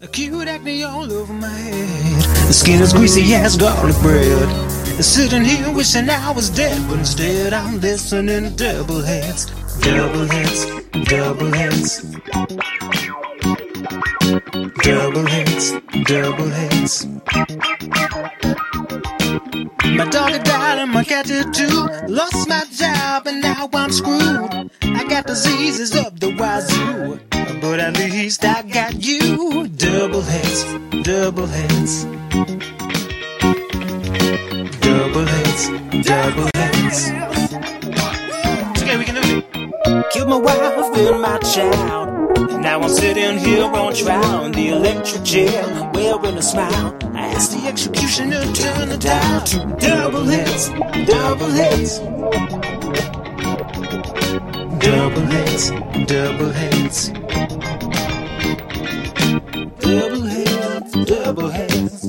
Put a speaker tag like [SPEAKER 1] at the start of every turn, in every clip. [SPEAKER 1] Acute acne all over my head. The skin is greasy as garlic bread. And sitting here wishing I was dead, but instead I'm listening to double heads, double heads, double heads, double heads, double heads. My dog had died and my cat did too. Lost my job and now I'm screwed. I got diseases of the wazoo, but at least I got you. Double heads, double heads, double heads, double heads. Okay, we can do it. Killed my wife and my child. And now I'm sitting here on trial in the electric chair, wearing a smile. I asked the executioner to turn the dial to double hits, double hits. Double hits, double hits. Double hits, double hits.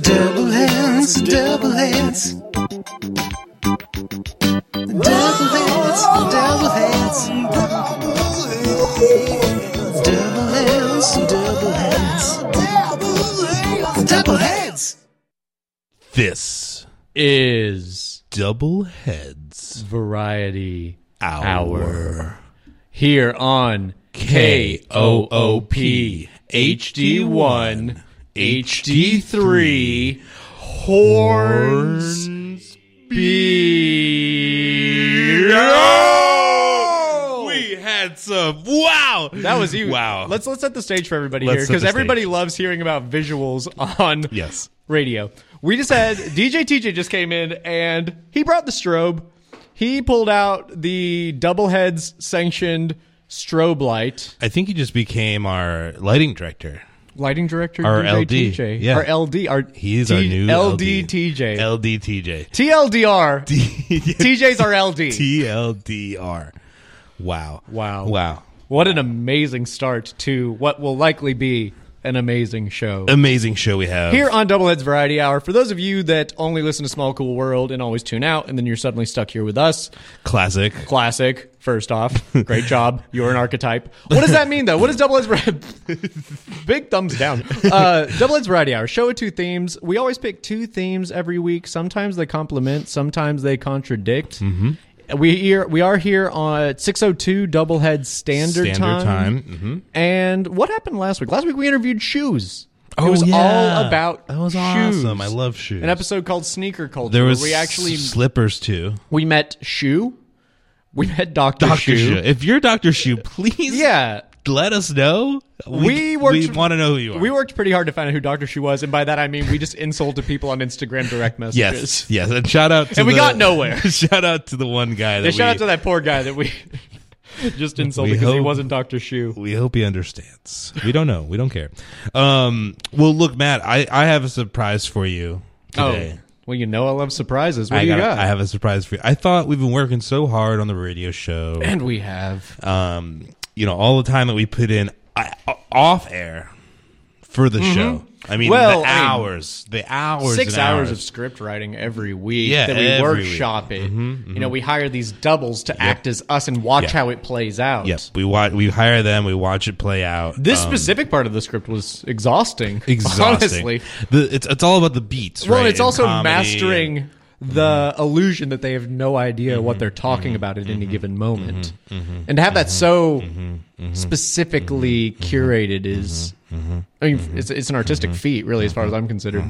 [SPEAKER 1] Double hits, double hits. Double hits, double hits. Double hits, double hits. Double hits.
[SPEAKER 2] This
[SPEAKER 3] is
[SPEAKER 2] double heads
[SPEAKER 3] Variety
[SPEAKER 2] hour.
[SPEAKER 3] Hour. here on K O O P H D one H D three Horns Beer.
[SPEAKER 2] We had some. Wow.
[SPEAKER 3] That was even.
[SPEAKER 2] Wow.
[SPEAKER 3] Let's let's set the stage for everybody
[SPEAKER 2] Let's
[SPEAKER 3] here
[SPEAKER 2] set
[SPEAKER 3] because
[SPEAKER 2] the
[SPEAKER 3] everybody
[SPEAKER 2] stage.
[SPEAKER 3] loves hearing about visuals on
[SPEAKER 2] Yes.
[SPEAKER 3] radio. We just had DJ TJ just came in and he brought the strobe. He pulled out the double heads sanctioned strobe light,
[SPEAKER 2] I think he just became our lighting director.
[SPEAKER 3] lighting director
[SPEAKER 2] Our
[SPEAKER 3] DJ
[SPEAKER 2] LD,
[SPEAKER 3] TJ.
[SPEAKER 2] yeah.
[SPEAKER 3] Our LD our
[SPEAKER 2] He's
[SPEAKER 3] T-
[SPEAKER 2] our new
[SPEAKER 3] LD TJ.
[SPEAKER 2] LDTJ.
[SPEAKER 3] TLDR. TJ's our LD.
[SPEAKER 2] TLDR. Wow.
[SPEAKER 3] Wow.
[SPEAKER 2] Wow.
[SPEAKER 3] what an amazing start to what will likely be an amazing show.
[SPEAKER 2] Amazing show we have.
[SPEAKER 3] Here on Doubleheads Variety Hour, for those of you that only listen to Small Cool World and always tune out, and then you're suddenly stuck here with us,
[SPEAKER 2] Classic.
[SPEAKER 3] classic, first off, great job. You're an archetype. What does that mean, though? What does Doubleheads Variety Big thumbs down. Uh, Doubleheads Variety Hour, show with two themes. We always pick two themes every week. Sometimes they complement, sometimes they contradict. We, here, we are here on at 602 Doublehead Standard,
[SPEAKER 2] Standard
[SPEAKER 3] Time. Mm-hmm.
[SPEAKER 2] time. hmm
[SPEAKER 3] And what happened last week? Last week we interviewed shoes. it
[SPEAKER 2] Oh,
[SPEAKER 3] was all
[SPEAKER 2] yeah.
[SPEAKER 3] about
[SPEAKER 2] That was
[SPEAKER 3] shoes
[SPEAKER 2] awesome. I love shoes.
[SPEAKER 3] an episode called Sneaker Culture.
[SPEAKER 2] there was
[SPEAKER 3] where we actually
[SPEAKER 2] slippers too.
[SPEAKER 3] we met Shu, we met Doctor,
[SPEAKER 2] Dr.
[SPEAKER 3] Shu.
[SPEAKER 2] Shoe. If you're Dr. Shoe, please
[SPEAKER 3] Yeah,
[SPEAKER 2] let us know.
[SPEAKER 3] We worked-
[SPEAKER 2] we want to know who you are.
[SPEAKER 3] we worked pretty hard to find out who Doctor Shu was, and by that I mean we just insulted people on Instagram direct messages.
[SPEAKER 2] Yes, yes, and shout out to
[SPEAKER 3] And we
[SPEAKER 2] the-
[SPEAKER 3] got nowhere.
[SPEAKER 2] shout out to the one guy that
[SPEAKER 3] And shout
[SPEAKER 2] we,
[SPEAKER 3] out to that poor guy that we just insulted
[SPEAKER 2] We
[SPEAKER 3] because he
[SPEAKER 2] hope-
[SPEAKER 3] wasn't Doctor Shu.
[SPEAKER 2] we hope he understands. We don't know. We don't care. Um, well, look, Matt, I, I have a surprise for you today.
[SPEAKER 3] Oh, well, you know I love surprises. What
[SPEAKER 2] I
[SPEAKER 3] do you
[SPEAKER 2] got-
[SPEAKER 3] got?
[SPEAKER 2] I have a surprise for you. I thought we've been working so hard on the radio show.
[SPEAKER 3] and we have
[SPEAKER 2] Um, you know, all the time that we put in I, off air for the show. I mean,
[SPEAKER 3] Mm-hmm. Well,
[SPEAKER 2] the
[SPEAKER 3] I mean,
[SPEAKER 2] hours, the hours,
[SPEAKER 3] six
[SPEAKER 2] and
[SPEAKER 3] hours of script writing every week
[SPEAKER 2] Yeah,
[SPEAKER 3] that we
[SPEAKER 2] every week. Mm-hmm,
[SPEAKER 3] workshop it. You know, we hire these doubles to act as us and watch
[SPEAKER 2] Yeah.
[SPEAKER 3] how it plays out.
[SPEAKER 2] Yes, we watch. We hire them. We watch it play out.
[SPEAKER 3] This
[SPEAKER 2] Um,
[SPEAKER 3] specific part of the script was exhausting.
[SPEAKER 2] exhausting.
[SPEAKER 3] Honestly.
[SPEAKER 2] The, it's it's all about the beats.
[SPEAKER 3] Well,
[SPEAKER 2] right,
[SPEAKER 3] it's
[SPEAKER 2] and
[SPEAKER 3] also
[SPEAKER 2] comedy
[SPEAKER 3] mastering
[SPEAKER 2] and- Mm-hmm.
[SPEAKER 3] the illusion that they have no idea what they're talking about at any given moment.
[SPEAKER 2] mm-hmm,
[SPEAKER 3] And to have that so specifically
[SPEAKER 2] Mm-hmm,
[SPEAKER 3] curated is I mean, it's, it's an artistic feat, really, as far as I'm considered.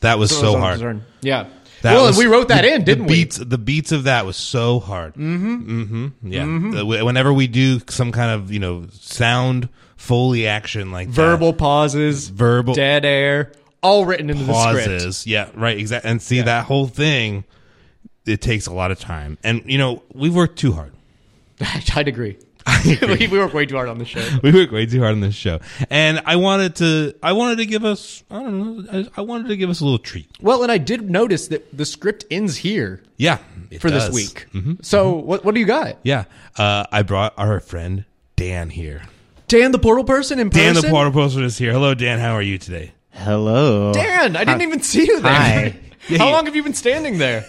[SPEAKER 2] that was
[SPEAKER 3] As
[SPEAKER 2] mm-hmm. so
[SPEAKER 3] far as I'm
[SPEAKER 2] hard.
[SPEAKER 3] concerned. Yeah.
[SPEAKER 2] That
[SPEAKER 3] well,
[SPEAKER 2] was-
[SPEAKER 3] and we wrote that
[SPEAKER 2] the-
[SPEAKER 3] in, didn't
[SPEAKER 2] the
[SPEAKER 3] we?
[SPEAKER 2] beats, The beats of that was so hard. Mm-hmm. Mm-hmm. Yeah. Uh, Whenever we do some kind of you know sound foley action like that,
[SPEAKER 3] verbal pauses,
[SPEAKER 2] Verbal-
[SPEAKER 3] dead air, all written into the script.
[SPEAKER 2] pauses, yeah, right, exactly. And see that whole thing, it takes a lot of time. And you know we've worked too hard.
[SPEAKER 3] I'd agree. we, we work way too hard on the show.
[SPEAKER 2] We worked way too hard on this show, and I wanted to. I wanted to give us. I don't know. I, I wanted to give us a little treat.
[SPEAKER 3] Well, and I did notice that the script ends here
[SPEAKER 2] Yeah, it
[SPEAKER 3] for this
[SPEAKER 2] does.
[SPEAKER 3] week. So
[SPEAKER 2] Mm-hmm.
[SPEAKER 3] what what do you got?
[SPEAKER 2] Yeah. Uh, I brought our friend Dan here.
[SPEAKER 3] Dan the portal person in
[SPEAKER 2] Dan
[SPEAKER 3] person.
[SPEAKER 2] the Portal Poster is here. Hello, Dan. How are you today?
[SPEAKER 4] Hello.
[SPEAKER 3] Dan, I didn't even see you there.
[SPEAKER 4] Hi.
[SPEAKER 3] How long have you been standing there?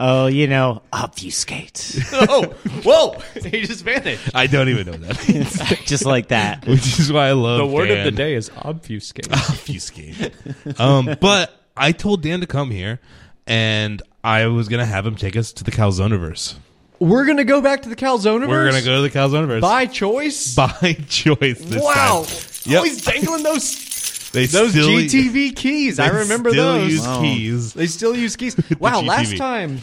[SPEAKER 4] Oh, you know, obfuscate.
[SPEAKER 3] oh, whoa! He just vanished.
[SPEAKER 2] I don't even know what that means,
[SPEAKER 4] Just like that.
[SPEAKER 2] which is why I love
[SPEAKER 3] The word of the
[SPEAKER 2] Dan.
[SPEAKER 3] day is obfuscate.
[SPEAKER 2] obfuscate. um, but I told Dan to come here, and I was gonna have him take us to the Calzoneverse.
[SPEAKER 3] We're gonna go back to the Calzone.
[SPEAKER 2] We're gonna go to the Calzoneverse
[SPEAKER 3] by choice.
[SPEAKER 2] by choice this
[SPEAKER 3] wow!
[SPEAKER 2] time. Yep.
[SPEAKER 3] Always dangling those
[SPEAKER 2] They
[SPEAKER 3] those
[SPEAKER 2] still,
[SPEAKER 3] GTV keys.
[SPEAKER 2] They
[SPEAKER 3] I remember
[SPEAKER 2] still
[SPEAKER 3] those.
[SPEAKER 2] Use
[SPEAKER 4] Wow.
[SPEAKER 2] keys.
[SPEAKER 3] They still use keys. Wow, last
[SPEAKER 2] GTV.
[SPEAKER 3] time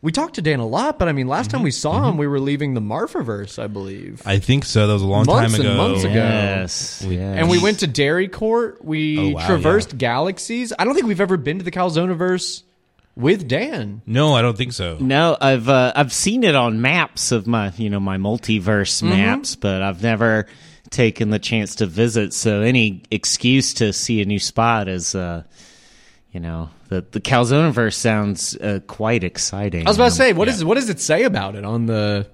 [SPEAKER 3] we talked to Dan a lot, but I mean, last time we saw
[SPEAKER 2] Mm-hmm.
[SPEAKER 3] him, we were leaving the Marfaverse, I believe.
[SPEAKER 2] I think so. That was a long
[SPEAKER 3] Months
[SPEAKER 2] time
[SPEAKER 3] and
[SPEAKER 2] ago.
[SPEAKER 3] months ago.
[SPEAKER 4] Yes. yes.
[SPEAKER 3] and we went to Dairy Court. We
[SPEAKER 2] Oh, wow,
[SPEAKER 3] traversed galaxies. I don't think we've ever been to the Calzoneverse with Dan.
[SPEAKER 2] No, I don't think so.
[SPEAKER 3] Mm.
[SPEAKER 4] No, I've uh, I've seen it on maps of my you know my multiverse
[SPEAKER 3] Mm-hmm.
[SPEAKER 4] maps, but I've never taken the chance to visit. So any excuse to see a new spot is, uh, you know, the the Calzoneverse sounds uh, quite exciting.
[SPEAKER 3] I was about to say, what
[SPEAKER 2] Mm-hmm. yeah.
[SPEAKER 3] is what does it say about it on the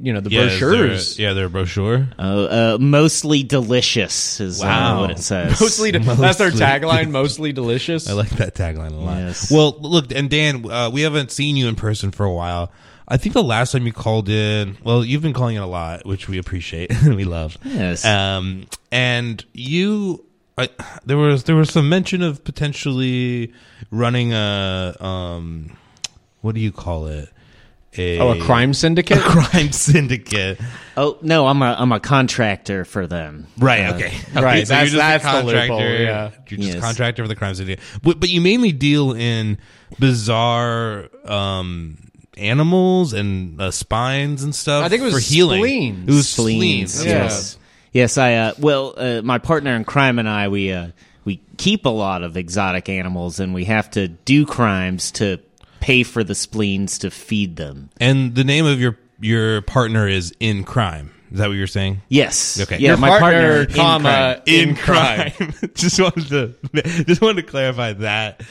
[SPEAKER 3] you know the
[SPEAKER 2] Yeah, is there a-
[SPEAKER 3] brochures?
[SPEAKER 2] yeah, they're a brochure.
[SPEAKER 4] uh, uh, mostly delicious is uh,
[SPEAKER 2] Wow.
[SPEAKER 4] what it says.
[SPEAKER 3] Mostly, that's their
[SPEAKER 2] Mostly.
[SPEAKER 3] tagline. Mostly delicious.
[SPEAKER 2] I like that tagline a lot.
[SPEAKER 4] Yes.
[SPEAKER 2] Well, look, and Dan, uh, we haven't seen you in person for a while. I think the last time you called in, well, you've been calling in a lot, which we appreciate and we love.
[SPEAKER 4] Yes.
[SPEAKER 2] Um, and you, I, there was there was some mention of potentially running a um, what do you call it? A,
[SPEAKER 3] oh, a crime syndicate.
[SPEAKER 2] crime syndicate.
[SPEAKER 4] Oh no, I'm a I'm a contractor for them.
[SPEAKER 2] Right.
[SPEAKER 4] Uh,
[SPEAKER 2] okay.
[SPEAKER 3] Right,
[SPEAKER 2] you're
[SPEAKER 3] that's-
[SPEAKER 2] just a
[SPEAKER 3] that's the loophole, yeah.
[SPEAKER 2] You're just
[SPEAKER 4] Yes.
[SPEAKER 2] contractor for the crimes syndicate, but, but you mainly deal in bizarre um, animals and uh, spines and stuff.
[SPEAKER 3] I think it was
[SPEAKER 2] for healing.
[SPEAKER 3] spleens.
[SPEAKER 2] It was
[SPEAKER 4] spleens.
[SPEAKER 2] spleens.
[SPEAKER 3] Yeah.
[SPEAKER 4] Yes, yes. I uh, well, uh, my partner in crime and I we uh, we keep a lot of exotic animals, and we have to do crimes to pay for the spleens to feed them.
[SPEAKER 2] And the name of your your partner is in crime. Is that what you're saying?
[SPEAKER 4] Yes.
[SPEAKER 2] Okay.
[SPEAKER 4] Yeah,
[SPEAKER 2] Your
[SPEAKER 4] my partner, in crime.
[SPEAKER 3] comma in, crime.
[SPEAKER 2] just wanted to just wanted to clarify that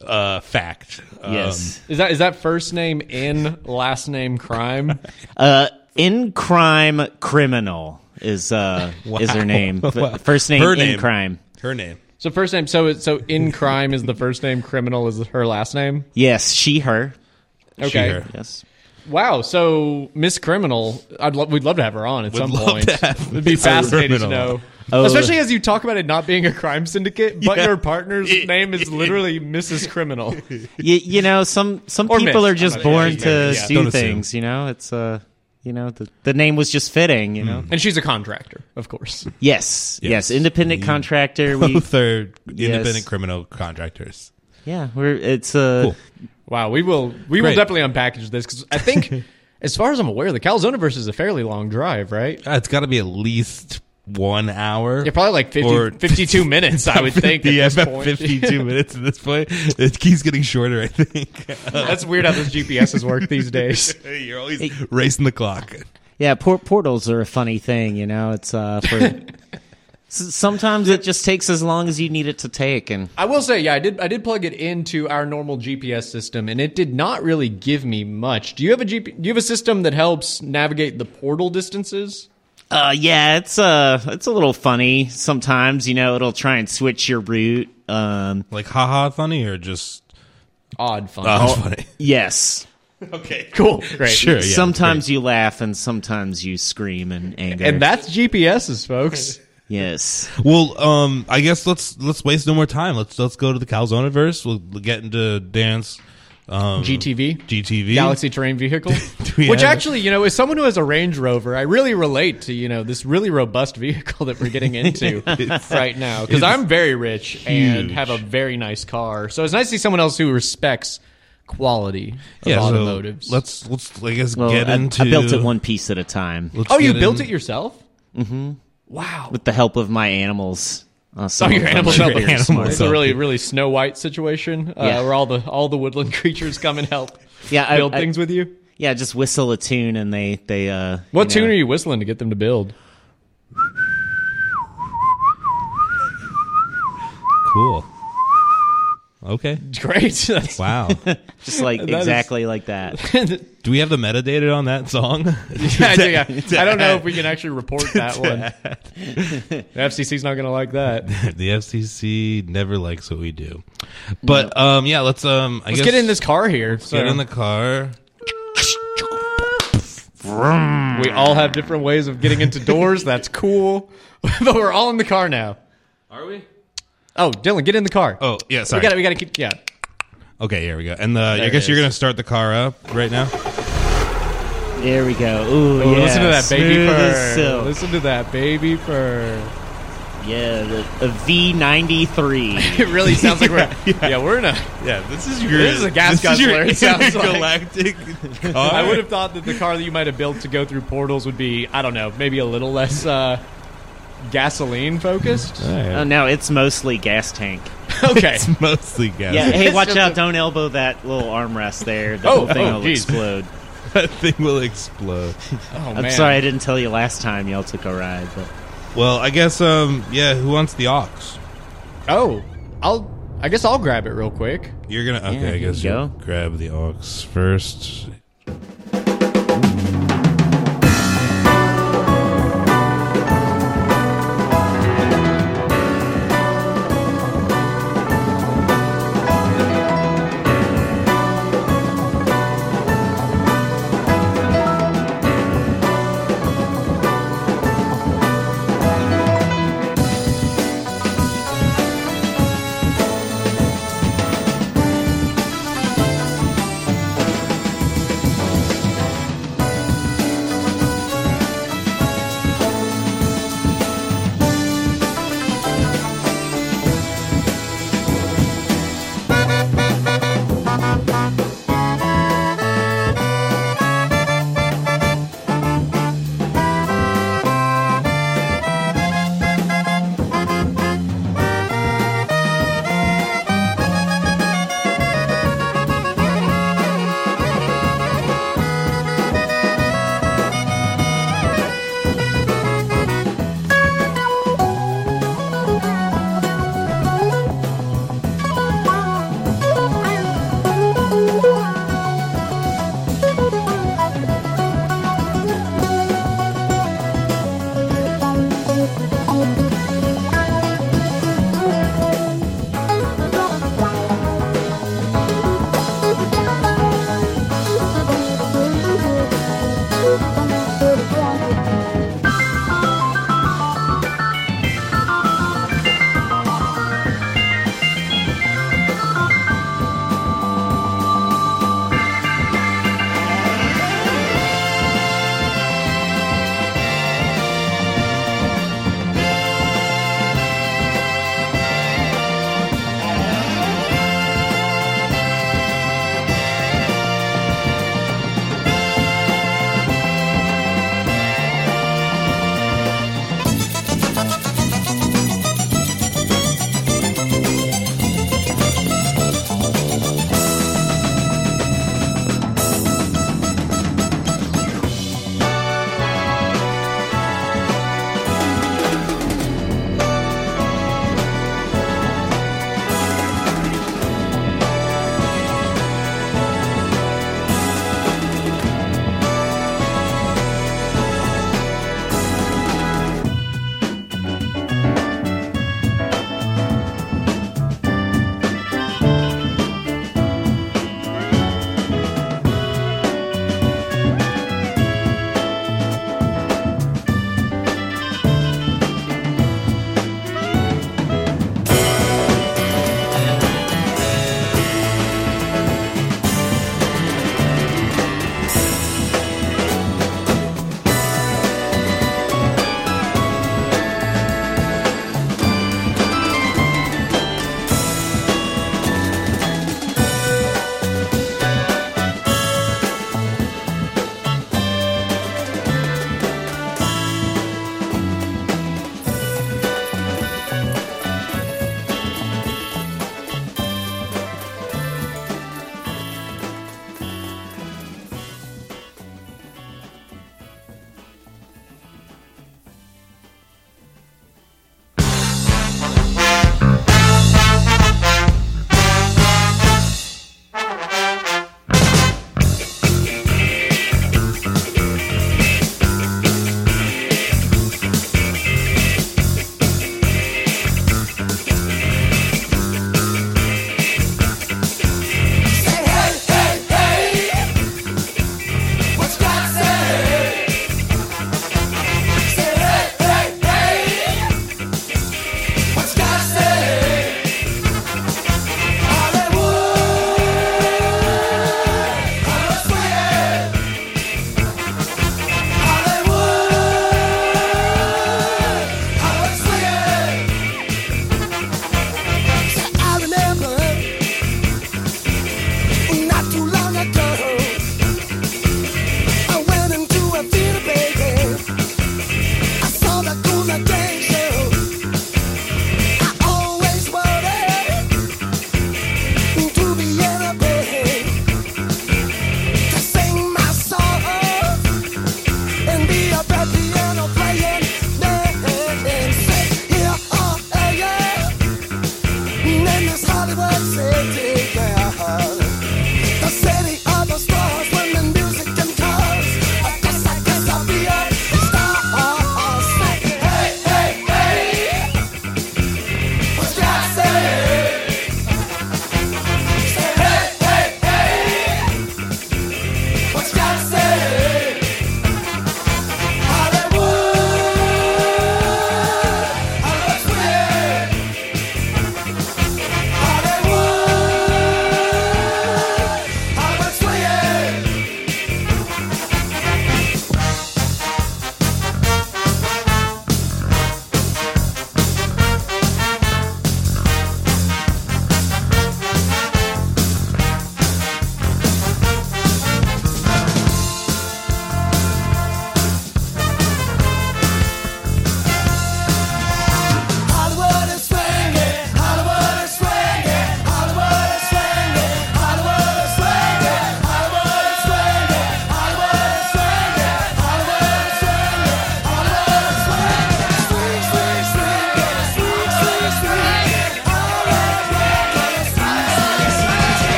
[SPEAKER 2] uh, fact. Um,
[SPEAKER 4] Yes.
[SPEAKER 3] Is that is that first name in last name crime?
[SPEAKER 4] Uh, in crime criminal is uh is her name. F- First name
[SPEAKER 2] Um, Her
[SPEAKER 4] in
[SPEAKER 2] name.
[SPEAKER 4] crime.
[SPEAKER 2] her name.
[SPEAKER 3] So first name. So so in crime is the first name. Criminal is her last name.
[SPEAKER 4] Yes, she her.
[SPEAKER 3] Okay.
[SPEAKER 2] her.
[SPEAKER 4] Yes.
[SPEAKER 3] Wow. So Miss Criminal, I'd lo- we'd love to have her on at some
[SPEAKER 2] love
[SPEAKER 3] point.
[SPEAKER 2] to have
[SPEAKER 3] It'd be
[SPEAKER 2] Miss
[SPEAKER 3] fascinating to
[SPEAKER 2] Criminal.
[SPEAKER 3] know.
[SPEAKER 4] Oh.
[SPEAKER 3] Especially as you talk about it not being a crime syndicate, but
[SPEAKER 2] Yeah.
[SPEAKER 3] your partner's
[SPEAKER 2] Yeah.
[SPEAKER 3] name is literally Mrs. Criminal.
[SPEAKER 4] you, you know, some some
[SPEAKER 3] Or
[SPEAKER 4] people
[SPEAKER 3] mixed.
[SPEAKER 4] are just
[SPEAKER 3] I'm not-
[SPEAKER 4] born
[SPEAKER 3] yeah,
[SPEAKER 4] to
[SPEAKER 3] yeah, yeah.
[SPEAKER 2] Don't
[SPEAKER 4] do
[SPEAKER 2] assume.
[SPEAKER 4] things. You know, it's uh, you know, the the name was just fitting. You know,
[SPEAKER 3] And she's a contractor, of course.
[SPEAKER 4] yes, yes,
[SPEAKER 2] Yes.
[SPEAKER 3] Hmm.
[SPEAKER 4] independent contractor. We,
[SPEAKER 2] Both are independent
[SPEAKER 4] Yes.
[SPEAKER 2] criminal contractors.
[SPEAKER 4] yeah, we're it's uh,
[SPEAKER 2] Cool.
[SPEAKER 3] Wow, we will we
[SPEAKER 2] Great.
[SPEAKER 3] will definitely unpackage this because I think, as far as I'm aware, the Calzoneverse is a fairly long drive, right?
[SPEAKER 2] Uh, It's got to be at least one hour.
[SPEAKER 3] Yeah, probably like 50,
[SPEAKER 2] Or-
[SPEAKER 3] 52 minutes, I would think.
[SPEAKER 2] The
[SPEAKER 3] at this
[SPEAKER 2] FF
[SPEAKER 3] point.
[SPEAKER 2] 52 minutes at this point. It keeps getting shorter, I think.
[SPEAKER 3] That's weird how those GPSs work these days.
[SPEAKER 2] You're always racing the clock.
[SPEAKER 4] yeah. Por- portals are a funny thing. You know, it's uh, for s- sometimes it just takes as long as you need it to take, and
[SPEAKER 3] I will say, yeah, I did. I did plug it into our normal GPS system, and it did not really give me much. Do you have a GP, Do you have a system that helps navigate the portal distances?
[SPEAKER 4] Uh, yeah, it's uh, it's a little funny sometimes. You know, it'll try and switch your route. Um,
[SPEAKER 2] Like, haha, funny, or just.
[SPEAKER 3] Odd fun.
[SPEAKER 2] Oh, it's funny.
[SPEAKER 4] yes,
[SPEAKER 2] Okay.
[SPEAKER 3] cool, great.
[SPEAKER 2] Sure. Yeah,
[SPEAKER 4] sometimes you laugh and sometimes you scream in anger.
[SPEAKER 3] And that's GPSs, folks.
[SPEAKER 4] yes,
[SPEAKER 2] Well, um, I guess let's let's waste no more time. Let's let's go to the Calzoneverse. We'll get into dance. Um,
[SPEAKER 3] GTV.
[SPEAKER 2] GTV.
[SPEAKER 3] Galaxy terrain vehicle,
[SPEAKER 2] we
[SPEAKER 3] which
[SPEAKER 2] have-
[SPEAKER 3] actually, you know, as someone who has a Range Rover, I really relate to you know this really robust vehicle that we're getting into right now because I'm very rich and
[SPEAKER 2] huge.
[SPEAKER 3] have a very nice car, so it's nice to see someone else who respects quality of
[SPEAKER 2] Yeah. so
[SPEAKER 3] automotives.
[SPEAKER 2] let's let's I guess
[SPEAKER 4] Well,
[SPEAKER 2] get
[SPEAKER 4] I,
[SPEAKER 2] into.
[SPEAKER 4] I built it one piece at a time
[SPEAKER 2] let's
[SPEAKER 3] Oh, you
[SPEAKER 2] get
[SPEAKER 3] built
[SPEAKER 2] in-
[SPEAKER 3] it yourself? Mm-hmm. Wow.
[SPEAKER 4] with the help of my animals. Uh, some
[SPEAKER 3] Oh,
[SPEAKER 4] of
[SPEAKER 3] your
[SPEAKER 4] them
[SPEAKER 3] animals
[SPEAKER 4] are
[SPEAKER 3] help
[SPEAKER 4] very
[SPEAKER 2] animals
[SPEAKER 4] smart.
[SPEAKER 3] It's a really, really Snow White situation uh,
[SPEAKER 4] Yeah.
[SPEAKER 3] where all the all the woodland creatures come and help
[SPEAKER 4] Yeah, I,
[SPEAKER 3] build
[SPEAKER 4] I-
[SPEAKER 3] things with you.
[SPEAKER 4] yeah, just whistle a tune and they they. Uh,
[SPEAKER 3] What
[SPEAKER 4] you
[SPEAKER 3] tune
[SPEAKER 4] know-
[SPEAKER 3] are you whistling to get them to build?
[SPEAKER 2] Cool. Okay.
[SPEAKER 3] Great. That's-
[SPEAKER 2] Wow.
[SPEAKER 4] Just like
[SPEAKER 3] is-
[SPEAKER 4] exactly like that.
[SPEAKER 2] Do we have the metadata on that song?
[SPEAKER 3] yeah, yeah, yeah. I don't know if we can actually report that one. The FCC's not going to like that. Let's
[SPEAKER 2] the FCC never likes what we do. But um, yeah, let's um, I guess
[SPEAKER 3] get in this car here.
[SPEAKER 2] get
[SPEAKER 3] so
[SPEAKER 2] in the car.
[SPEAKER 3] we all have different ways of getting into doors. That's cool. but we're all in the car now.
[SPEAKER 2] Are we?
[SPEAKER 3] Oh, Dylan, get in the car.
[SPEAKER 2] Oh yeah,
[SPEAKER 3] we
[SPEAKER 2] sorry.
[SPEAKER 3] got to we got to keep yeah.
[SPEAKER 2] Okay, here we go. And the, I
[SPEAKER 3] it
[SPEAKER 2] guess you're
[SPEAKER 3] is.
[SPEAKER 2] gonna start the car up right now.
[SPEAKER 4] There we go. Ooh,
[SPEAKER 3] Ooh,
[SPEAKER 4] yeah,
[SPEAKER 3] Oh, listen to that baby
[SPEAKER 4] smooth as
[SPEAKER 3] purr.
[SPEAKER 4] silk.
[SPEAKER 3] Listen to that baby purr.
[SPEAKER 4] Yeah, the, a V93.
[SPEAKER 3] It really sounds like we're yeah, we're in a
[SPEAKER 2] Yeah, this is your.
[SPEAKER 3] This is a gas
[SPEAKER 2] this is your
[SPEAKER 3] guzzler, it sounds like.
[SPEAKER 2] intergalactic car.
[SPEAKER 3] I would have thought that the car that you might have built to go through portals would be, I don't know, maybe a little less uh, gasoline focused.
[SPEAKER 4] oh, no, it's mostly gas tank.
[SPEAKER 3] Okay.
[SPEAKER 2] It's mostly gas.
[SPEAKER 4] Yeah, hey,
[SPEAKER 3] It's
[SPEAKER 4] watch
[SPEAKER 3] just
[SPEAKER 4] out.
[SPEAKER 3] a-
[SPEAKER 4] Don't elbow that little armrest there. The
[SPEAKER 3] Oh,
[SPEAKER 4] whole thing
[SPEAKER 3] oh,
[SPEAKER 4] will
[SPEAKER 3] geez.
[SPEAKER 4] explode.
[SPEAKER 2] that thing will explode.
[SPEAKER 3] Oh,
[SPEAKER 4] I'm
[SPEAKER 3] man.
[SPEAKER 4] sorry I didn't tell you last time y'all took a ride, but
[SPEAKER 2] Well, I guess um, yeah. Who wants the ox?
[SPEAKER 3] Oh, I'll. I guess I'll grab it real quick.
[SPEAKER 2] You're gonna okay.
[SPEAKER 4] Yeah,
[SPEAKER 2] I guess
[SPEAKER 4] here you
[SPEAKER 2] you'll
[SPEAKER 4] go.
[SPEAKER 2] grab the ox first.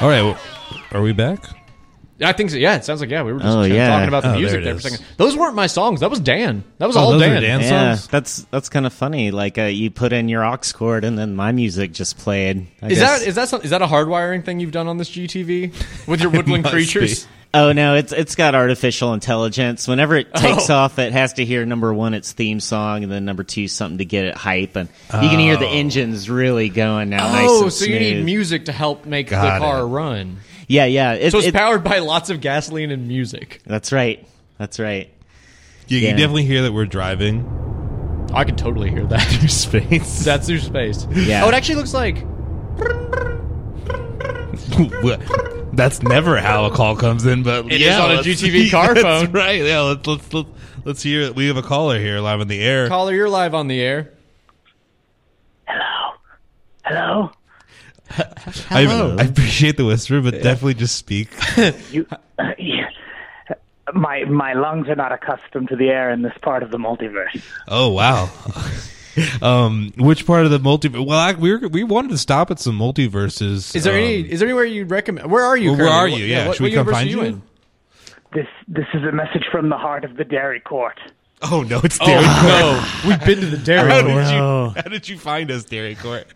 [SPEAKER 2] All right, well, are we back?
[SPEAKER 3] I think so. Yeah, it sounds like yeah. We were just
[SPEAKER 4] Oh,
[SPEAKER 3] kinda
[SPEAKER 4] yeah.
[SPEAKER 3] talking about the
[SPEAKER 2] Oh, there
[SPEAKER 3] music
[SPEAKER 2] it
[SPEAKER 3] there, for a
[SPEAKER 2] is.
[SPEAKER 3] second. Those weren't my songs. That was Dan. That was
[SPEAKER 2] Oh,
[SPEAKER 3] all
[SPEAKER 2] those are
[SPEAKER 3] Dan.
[SPEAKER 2] Dan's
[SPEAKER 4] Yeah,
[SPEAKER 2] songs?
[SPEAKER 4] that's that's kind of funny. Like uh, you put in your aux cord, and then my music just played. I
[SPEAKER 3] Is
[SPEAKER 4] guess.
[SPEAKER 3] that is that some, is that a hardwiring thing you've done on this GTV with your woodland
[SPEAKER 2] must
[SPEAKER 3] creatures?
[SPEAKER 2] be.
[SPEAKER 4] Oh no, it's it's got artificial intelligence. Whenever it takes
[SPEAKER 3] Oh.
[SPEAKER 4] off, it has to hear number one its theme song, and then number two something to get it hype, and you can hear the
[SPEAKER 5] Oh.
[SPEAKER 4] engines really going now. nice
[SPEAKER 3] Oh,
[SPEAKER 4] and
[SPEAKER 3] so you need
[SPEAKER 4] smooth.
[SPEAKER 3] music to help make
[SPEAKER 2] Got
[SPEAKER 3] the car
[SPEAKER 2] it.
[SPEAKER 3] run.
[SPEAKER 4] Yeah, yeah. It,
[SPEAKER 3] So it's
[SPEAKER 4] it-
[SPEAKER 3] powered by lots of gasoline and music.
[SPEAKER 4] that's right. That's right.
[SPEAKER 2] You,
[SPEAKER 4] Yeah.
[SPEAKER 2] you definitely hear that we're driving.
[SPEAKER 3] I could totally hear that through space. That's through space.
[SPEAKER 4] Yeah.
[SPEAKER 3] Oh, it actually looks like
[SPEAKER 2] that's never how a call comes in, but
[SPEAKER 3] It is
[SPEAKER 2] yeah,
[SPEAKER 3] on a
[SPEAKER 2] let's-
[SPEAKER 3] GTV car
[SPEAKER 2] that's
[SPEAKER 3] phone.
[SPEAKER 2] right? Yeah, let's, let's let's let's hear it. We have a caller here live in the air.
[SPEAKER 3] caller. You're live on the air.
[SPEAKER 5] Hello?
[SPEAKER 2] I, I appreciate the whisper, but definitely just speak.
[SPEAKER 5] You, yeah. my, my lungs are not accustomed to the air in this part of the multiverse.
[SPEAKER 2] Oh wow. um, which part of the multiverse? Well, I, we were, we wanted to stop at some multiverses.
[SPEAKER 3] Is there any
[SPEAKER 2] um,
[SPEAKER 3] is there anywhere you'd recommend? Where are you?
[SPEAKER 2] Well, where
[SPEAKER 3] currently?
[SPEAKER 2] are you?
[SPEAKER 3] What-
[SPEAKER 2] Yeah,
[SPEAKER 3] what,
[SPEAKER 2] should we
[SPEAKER 3] what
[SPEAKER 2] come find
[SPEAKER 3] universe are you
[SPEAKER 2] you?
[SPEAKER 3] in?
[SPEAKER 5] This, this is a message from the heart of the Dairy Court.
[SPEAKER 2] Oh no, it's Derek.
[SPEAKER 3] Oh no, we've been to the dairy.
[SPEAKER 2] How,
[SPEAKER 3] Court.
[SPEAKER 2] did
[SPEAKER 4] no.
[SPEAKER 2] you, how did you find us, Derek Court?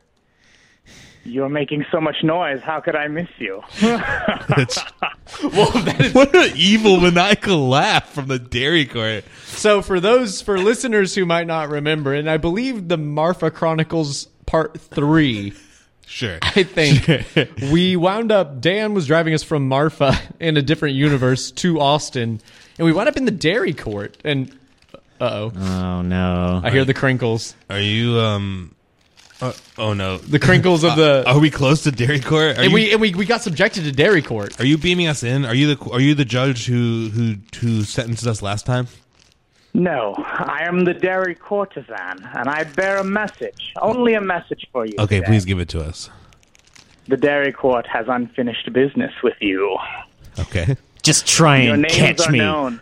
[SPEAKER 5] You're making so much noise. How could I miss you?
[SPEAKER 2] That's-
[SPEAKER 3] Well, that is-
[SPEAKER 2] what an evil maniacal laugh from the Dairy Court.
[SPEAKER 3] so for those for listeners who might not remember, and I believe the Marfa Chronicles Part Three.
[SPEAKER 2] Sure.
[SPEAKER 3] I think we wound up. Dan was driving us from Marfa in a different universe to Austin, and we wound up in the Dairy Court. And uh oh,
[SPEAKER 4] Oh no.
[SPEAKER 3] I hear the crinkles,
[SPEAKER 2] Are you um? Uh, oh no.
[SPEAKER 3] the crinkles of the.
[SPEAKER 2] Are we close to Dairy Court? Are
[SPEAKER 3] and
[SPEAKER 2] you,
[SPEAKER 3] we and we, we got subjected to Dairy Court.
[SPEAKER 2] are you beaming us in? Are you the are you the judge who who who sentenced us last time?
[SPEAKER 5] No, I am the Dairy Courtesan, and I bear a message. Only a message for you.
[SPEAKER 2] Okay,
[SPEAKER 5] today.
[SPEAKER 2] please give it to us.
[SPEAKER 5] The Dairy Court has unfinished business with you.
[SPEAKER 2] Okay.
[SPEAKER 4] Just try
[SPEAKER 5] Your
[SPEAKER 4] and
[SPEAKER 5] names
[SPEAKER 4] catch
[SPEAKER 5] are
[SPEAKER 4] me.
[SPEAKER 5] known.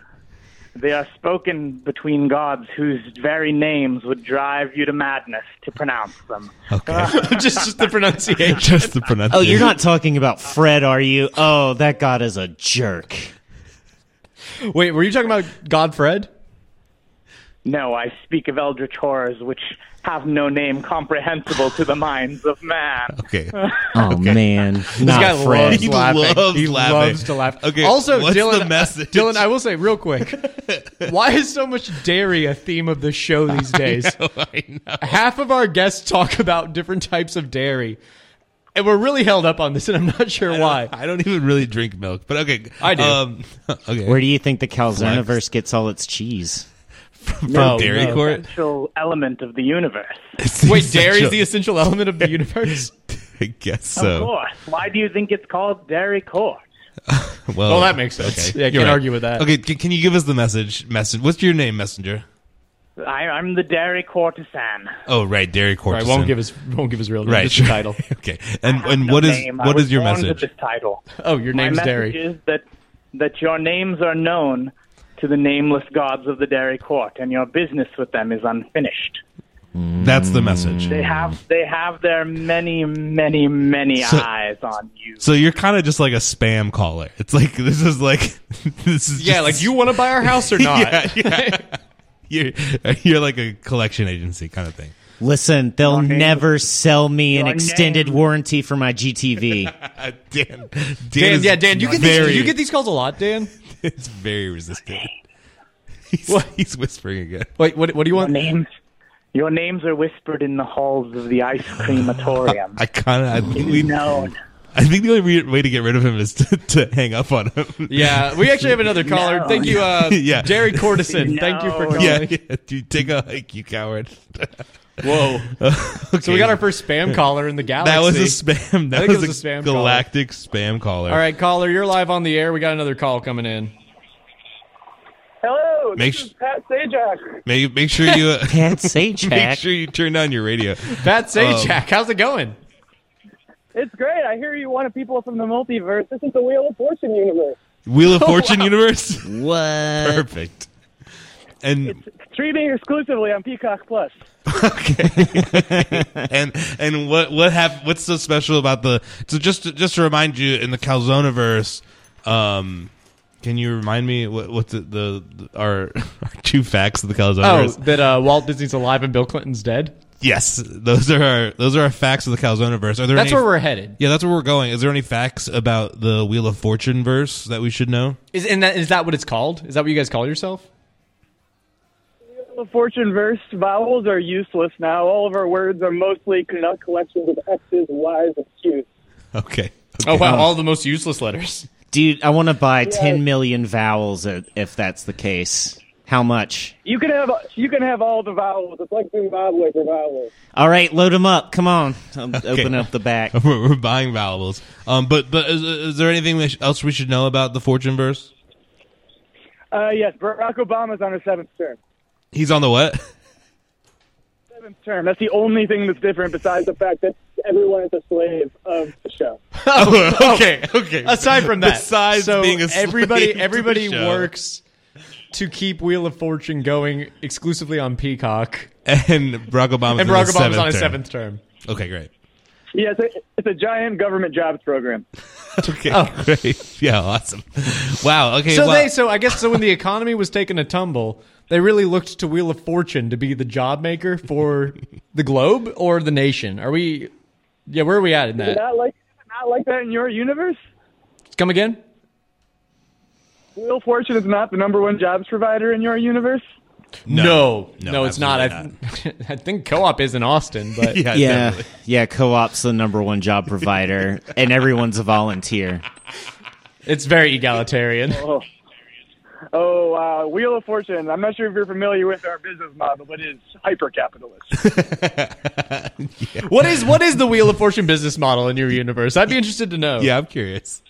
[SPEAKER 5] They are spoken between gods whose very names would drive you to madness to pronounce them.
[SPEAKER 2] Okay.
[SPEAKER 3] just just the pronunciation.
[SPEAKER 2] Just the pronunciation.
[SPEAKER 4] Oh, you're not talking about Fred, are you? Oh, that god is a jerk.
[SPEAKER 3] Wait, were you talking about Godfred?
[SPEAKER 5] No, I speak of eldritch horrors which have no name comprehensible to the minds of man.
[SPEAKER 2] Okay.
[SPEAKER 4] Oh man,
[SPEAKER 3] This
[SPEAKER 4] not
[SPEAKER 3] guy
[SPEAKER 4] Fred.
[SPEAKER 3] loves
[SPEAKER 2] He
[SPEAKER 3] laughing.
[SPEAKER 2] loves
[SPEAKER 3] he
[SPEAKER 2] laughing.
[SPEAKER 3] loves to laugh.
[SPEAKER 2] Okay,
[SPEAKER 3] Also,
[SPEAKER 2] what's
[SPEAKER 3] Dylan,
[SPEAKER 2] the message?
[SPEAKER 3] Dylan, I will say real quick, why is so much dairy a theme of the show these days? Half of our guests talk about different types of dairy, and we're really held up on this, and I'm not sure why.
[SPEAKER 2] I don't even really drink milk, but okay.
[SPEAKER 3] I do.
[SPEAKER 2] Um, okay.
[SPEAKER 4] Where do you think the Calzoniverse gets all its cheese?
[SPEAKER 2] from
[SPEAKER 3] No,
[SPEAKER 2] Oh, Dairy
[SPEAKER 3] no.
[SPEAKER 2] Court?
[SPEAKER 5] Essential element of the universe.
[SPEAKER 2] It's the
[SPEAKER 3] Wait, dairy is
[SPEAKER 2] essential-
[SPEAKER 3] the essential element of the universe?
[SPEAKER 2] I guess
[SPEAKER 3] Oh,
[SPEAKER 5] Of
[SPEAKER 2] so.
[SPEAKER 5] course. Why do you think it's called Dairy Court?
[SPEAKER 2] Well,
[SPEAKER 3] Well, that makes sense. Yeah, can't argue with that.
[SPEAKER 2] Okay, c- can you give us the message? Message. What's your name, messenger?
[SPEAKER 5] I, I'm the Dairy Courtesan.
[SPEAKER 2] Oh, right, Dairy
[SPEAKER 3] I
[SPEAKER 2] Cortesan.
[SPEAKER 3] won't give his won't give his real name.
[SPEAKER 2] right
[SPEAKER 3] just
[SPEAKER 2] sure.
[SPEAKER 3] the title.
[SPEAKER 2] okay, and
[SPEAKER 5] have
[SPEAKER 2] and
[SPEAKER 5] no
[SPEAKER 2] what is
[SPEAKER 5] name. I
[SPEAKER 2] what
[SPEAKER 5] was
[SPEAKER 2] is your
[SPEAKER 5] born with
[SPEAKER 2] message?
[SPEAKER 5] this title.
[SPEAKER 3] Oh, your name's
[SPEAKER 5] My
[SPEAKER 3] Dairy.
[SPEAKER 5] message is that that your names are known to the nameless gods of the Dairy Court, and your business with them is unfinished.
[SPEAKER 2] That's
[SPEAKER 3] Mm.
[SPEAKER 2] the message.
[SPEAKER 5] They have they have their many many many
[SPEAKER 2] So-
[SPEAKER 5] eyes on you.
[SPEAKER 2] So you're kind of just like a spam caller. It's like this is like this is
[SPEAKER 3] Yeah,
[SPEAKER 2] just-
[SPEAKER 3] like do you want to buy our house or not?
[SPEAKER 2] yeah, yeah. You're, you're like a collection agency kind of thing.
[SPEAKER 4] Listen, they'll
[SPEAKER 5] name-
[SPEAKER 4] never sell me an
[SPEAKER 5] Your
[SPEAKER 4] extended
[SPEAKER 5] name-
[SPEAKER 4] warranty for my GTV.
[SPEAKER 2] Uh, Dan, Dan,
[SPEAKER 3] Dan,
[SPEAKER 2] is
[SPEAKER 3] yeah, Dan, you get
[SPEAKER 2] very,
[SPEAKER 3] these, you get these calls a lot, Dan.
[SPEAKER 2] It's very resistant. He's, he's whispering again.
[SPEAKER 3] Wait, what? What do you
[SPEAKER 5] your
[SPEAKER 3] want?
[SPEAKER 5] names your names are whispered in the halls of the ice crematorium.
[SPEAKER 2] I kind of. I think we
[SPEAKER 5] known.
[SPEAKER 2] I think the only re- way to get rid of him is to, to hang up on him.
[SPEAKER 3] Yeah, we actually have another caller.
[SPEAKER 5] No.
[SPEAKER 3] Thank you, uh,
[SPEAKER 2] Yeah.
[SPEAKER 3] Jerry Cordison. Thank you for
[SPEAKER 5] No.
[SPEAKER 3] calling.
[SPEAKER 2] Yeah, yeah. Dude, take a hike, you coward.
[SPEAKER 3] Whoa. So we got our first spam caller in the galaxy.
[SPEAKER 2] That was a spam. That
[SPEAKER 3] think it
[SPEAKER 2] was,
[SPEAKER 3] was
[SPEAKER 2] a,
[SPEAKER 3] a spam caller.
[SPEAKER 2] galactic spam caller.
[SPEAKER 3] All right, caller, you're live on the air. We got another call coming in.
[SPEAKER 6] Hello,
[SPEAKER 2] Make
[SPEAKER 6] this
[SPEAKER 2] s-
[SPEAKER 6] is Pat Sajak.
[SPEAKER 2] Make, make sure you uh,
[SPEAKER 4] Pat
[SPEAKER 2] make
[SPEAKER 4] Sajak.
[SPEAKER 2] sure you turn down your radio.
[SPEAKER 3] Pat Sajak, how's it going?
[SPEAKER 6] It's great. I hear you wanted people from the multiverse. This is
[SPEAKER 3] Oh,
[SPEAKER 6] the Wheel of Fortune universe.
[SPEAKER 2] Wheel of Fortune universe.
[SPEAKER 4] What?
[SPEAKER 2] Perfect. and
[SPEAKER 7] Streaming exclusively on Peacock Plus.
[SPEAKER 2] and and what what hap- what's so special about the so just to, just to remind you in the Calzoneverse, um, can you remind me what what's it, the, the our, our two facts of the
[SPEAKER 3] Oh,
[SPEAKER 2] Calzoneverse?
[SPEAKER 3] that uh, Walt Disney's alive and Bill Clinton's dead.
[SPEAKER 2] Yes, those are our those are our facts of the Calzoneverse. Are there
[SPEAKER 3] That's
[SPEAKER 2] any-
[SPEAKER 3] where we're headed.
[SPEAKER 2] yeah, that's where we're going. Is there any facts about the Wheel of Fortune verse that we should know?
[SPEAKER 3] Is and that is that what it's called? Is that what you guys call yourself?
[SPEAKER 7] The fortune verse vowels are useless now. All of our words are mostly collections of X's, Y's, and Q's.
[SPEAKER 2] Okay.
[SPEAKER 3] Oh wow, all the most useless letters.
[SPEAKER 4] Dude, I want to buy 10 million vowels i- if that's the case. How much?
[SPEAKER 7] You can have you can have all the vowels. It's like Zimbabwe for vowels.
[SPEAKER 4] All right, load them up. Come on. Um, Open up the back.
[SPEAKER 2] We're, we're buying valuables. Um, but but is, is there anything we sh- else we should know about the Fortune verse?
[SPEAKER 7] Uh, yes, Barack Obama's on his seventh term.
[SPEAKER 2] He's on the what?
[SPEAKER 7] Seventh term. That's the only thing that's different besides the fact that everyone is a slave of the show.
[SPEAKER 2] okay, okay.
[SPEAKER 3] Oh, Aside from that,
[SPEAKER 2] Besides
[SPEAKER 3] so
[SPEAKER 2] being a slave
[SPEAKER 3] everybody
[SPEAKER 2] to the
[SPEAKER 3] everybody
[SPEAKER 2] show.
[SPEAKER 3] works to keep Wheel of Fortune going exclusively on Peacock,
[SPEAKER 2] and Barack Obama.
[SPEAKER 3] and Barack Obama's on his seventh term.
[SPEAKER 2] Okay, great.
[SPEAKER 7] Yeah, it's a, it's a giant government jobs program.
[SPEAKER 2] Okay, great. Yeah, awesome. Wow. Okay.
[SPEAKER 3] So
[SPEAKER 2] wow.
[SPEAKER 3] they so I guess so when the economy was taking a tumble, they really looked to Wheel of Fortune to be the job maker for the globe or the nation. Are we? Yeah, where are we at in that?
[SPEAKER 7] Not like not like that in your universe.
[SPEAKER 3] Come again?
[SPEAKER 7] Wheel of Fortune is not the number one jobs provider in your universe.
[SPEAKER 3] No,
[SPEAKER 2] No,
[SPEAKER 3] no, it's not. I,
[SPEAKER 2] absolutely
[SPEAKER 3] I think co-op is in Austin, but
[SPEAKER 2] yeah.
[SPEAKER 4] Yeah.
[SPEAKER 2] definitely.
[SPEAKER 4] Yeah, co op's the number one job provider, and everyone's a volunteer.
[SPEAKER 3] it's very egalitarian.
[SPEAKER 7] Oh, uh, Wheel of Fortune. I'm not sure if you're familiar with our business model, but it's hyper capitalist.
[SPEAKER 3] What is what is the Wheel of Fortune business model in your universe? I'd be interested to know.
[SPEAKER 2] Yeah, I'm curious.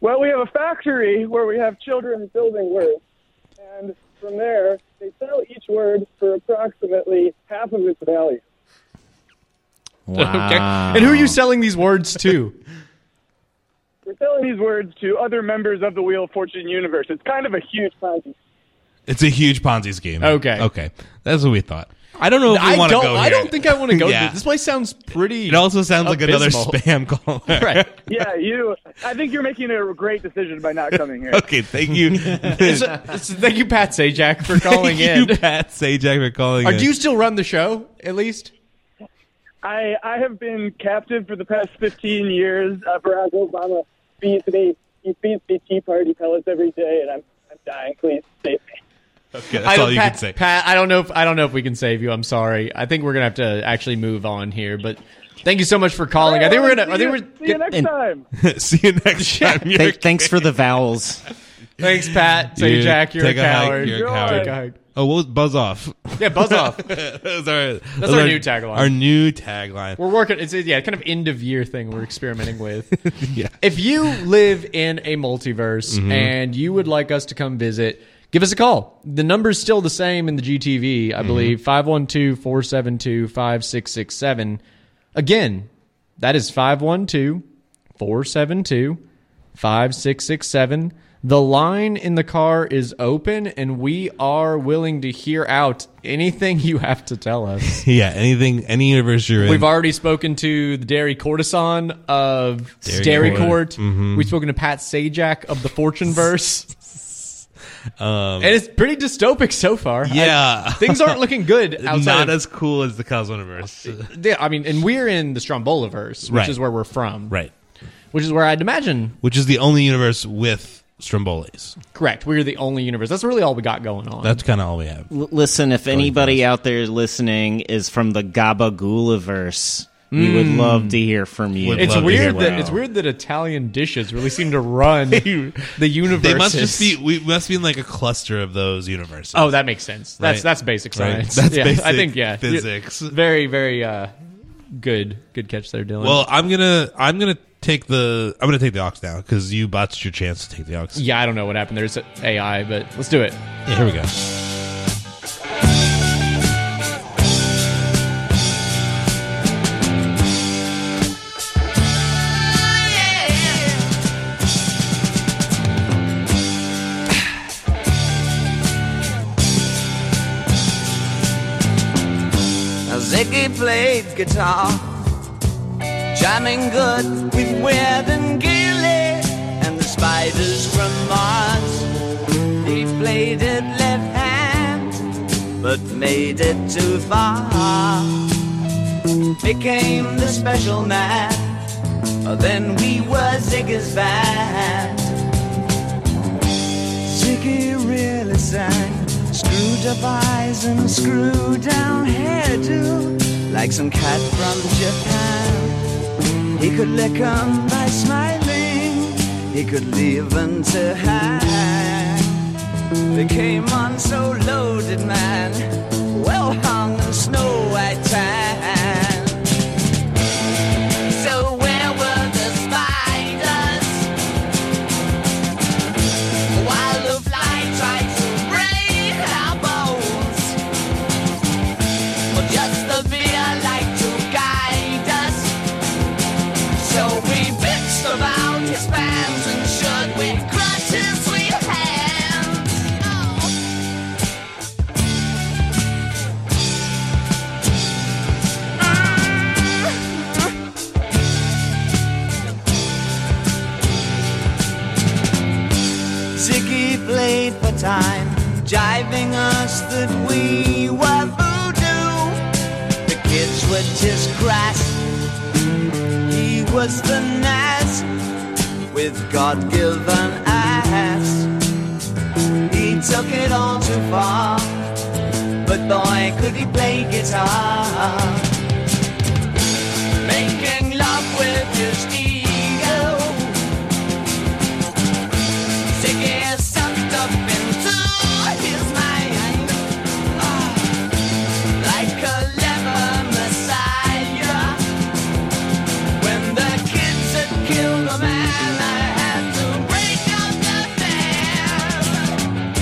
[SPEAKER 7] Well, we have a factory where we have children building words, and from there they sell each word for approximately half of its value.
[SPEAKER 4] Wow.
[SPEAKER 3] Okay. And who are you selling these words to?
[SPEAKER 7] We're selling these words to other members of the Wheel of Fortune universe. It's kind of a huge project.
[SPEAKER 2] It's a huge Ponzi scheme.
[SPEAKER 3] Okay.
[SPEAKER 2] Okay. That's what we thought. I don't know if we
[SPEAKER 3] I
[SPEAKER 2] want
[SPEAKER 3] don't.
[SPEAKER 2] to go.
[SPEAKER 3] I
[SPEAKER 2] here.
[SPEAKER 3] don't think I want to go.
[SPEAKER 2] Yeah.
[SPEAKER 3] there. This place sounds pretty.
[SPEAKER 2] It also sounds like another
[SPEAKER 3] abysmal.
[SPEAKER 2] spam call.
[SPEAKER 3] right.
[SPEAKER 7] Yeah, you. I think you're making a great decision by not coming here.
[SPEAKER 2] Okay. Thank you. Thank
[SPEAKER 3] So thank you, Pat Sajak, for calling
[SPEAKER 2] you,
[SPEAKER 3] in.
[SPEAKER 2] Pat Sajak, for calling.
[SPEAKER 3] Are,
[SPEAKER 2] in.
[SPEAKER 3] do you still run the show? At least
[SPEAKER 7] I I have been captive for the past 15 years. Uh, Barack Obama feeds me. He feeds me Tea Party pellets every day, and I'm I'm dying. Please save me.
[SPEAKER 2] Okay, that's
[SPEAKER 3] I-
[SPEAKER 2] all you
[SPEAKER 3] Pat,
[SPEAKER 2] can say.
[SPEAKER 3] Pat, I don't know. If, I don't know if we can save you. I'm sorry. I think we're gonna have to actually move on here. But thank you so much for calling. I think we're gonna. I
[SPEAKER 7] See you-
[SPEAKER 3] think
[SPEAKER 7] see
[SPEAKER 3] we're.
[SPEAKER 7] you next
[SPEAKER 4] and-
[SPEAKER 7] time.
[SPEAKER 2] See you next time. You're
[SPEAKER 4] Th- thanks for the vowels.
[SPEAKER 3] thanks, Pat.
[SPEAKER 2] Dude,
[SPEAKER 3] Sajak, you're
[SPEAKER 2] take
[SPEAKER 3] a
[SPEAKER 2] a hike,
[SPEAKER 3] coward.
[SPEAKER 2] you're a
[SPEAKER 7] coward.
[SPEAKER 3] Take a hike.
[SPEAKER 2] Oh, what was buzz off?
[SPEAKER 3] Yeah, buzz off.
[SPEAKER 2] that was our, that was
[SPEAKER 3] our new tagline.
[SPEAKER 2] Our new tagline.
[SPEAKER 3] We're working. It's yeah, kind of end of year thing we're experimenting with.
[SPEAKER 2] Yeah.
[SPEAKER 3] If you live in a multiverse and you would like us to come visit, give us a call. The number's still the same in the GTV, I believe 512 472 5667. Again, that is 512 472 5667. The line in the car is open, and we are willing to hear out anything you have to tell us.
[SPEAKER 2] Yeah, anything, any universe you're in.
[SPEAKER 3] We've already spoken to the dairy courtesan of
[SPEAKER 2] Dairy
[SPEAKER 3] Dairy
[SPEAKER 2] Court. Mm-hmm.
[SPEAKER 3] Court. We've spoken to Pat Sajak of the Fortune Verse.
[SPEAKER 2] Um,
[SPEAKER 3] and it's pretty dystopic so far. I-
[SPEAKER 2] yeah,
[SPEAKER 3] things aren't looking good outside.
[SPEAKER 2] not
[SPEAKER 3] of-
[SPEAKER 2] as cool as the Cosmoverse.
[SPEAKER 3] Yeah, I mean, and we're in the Stromboliverse, which
[SPEAKER 2] Right.
[SPEAKER 3] is where we're from.
[SPEAKER 2] right,
[SPEAKER 3] Which is where I'd imagine,
[SPEAKER 2] which is the only universe with Strombolis.
[SPEAKER 3] correct, we're the only universe. That's really all we got going on.
[SPEAKER 2] That's kind of all we have.
[SPEAKER 4] L- listen, if anybody out there listening is from the Gabagoolaverse, we would love to hear from you.
[SPEAKER 2] Hmm. Would
[SPEAKER 3] it's
[SPEAKER 2] love to hear
[SPEAKER 3] weird
[SPEAKER 2] what
[SPEAKER 3] that
[SPEAKER 2] else.
[SPEAKER 3] it's weird that Italian dishes really seem to run the universe.
[SPEAKER 2] They must just be. We must be in like a cluster of those universes.
[SPEAKER 3] Oh, that makes sense. That's
[SPEAKER 2] Right.
[SPEAKER 3] that's basic
[SPEAKER 2] Right.
[SPEAKER 3] science.
[SPEAKER 2] That's
[SPEAKER 3] yeah,
[SPEAKER 2] basic
[SPEAKER 3] I think yeah.
[SPEAKER 2] physics.
[SPEAKER 3] Very very uh, good good catch there, Dylan.
[SPEAKER 2] Well, I'm gonna I'm gonna take the I'm gonna take the ox now because you botched your chance to take the ox.
[SPEAKER 3] yeah, I don't know what happened. There's AI, but let's do it.
[SPEAKER 2] Yeah, here we go.
[SPEAKER 8] played guitar, jamming good with Webb and Gilly and the spiders from Mars. He played it left hand, but made it too far. Became the special man. Then we were Ziggy's band. Ziggy really sang. Screwed up eyes and a screw down hairdo. Like some cat from Japan. He could lick 'em by smiling. He could leave 'em to hang. They came on so loaded, man. Well hung in snow white tan. So where were the spiders? While the fly tried to break our bones, or just the beer like to guide us. So we bitched about his bands and should we crushed his sweet hands. Oh. Ziggy played for time, jiving us that we were voodoo. The kids were just crass. He was the nas with God-given ass. He took it all too far, but boy could he play guitar. Making love with his ego. Ziggy sucked up into his mind, Ah, like a clever messiah. When the kids had killed the man, I had to break up the band.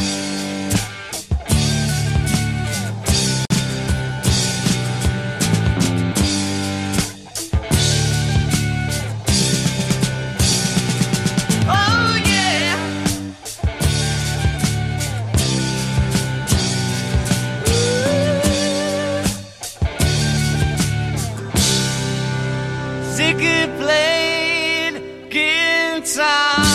[SPEAKER 8] Oh yeah. Ziggy played guitar.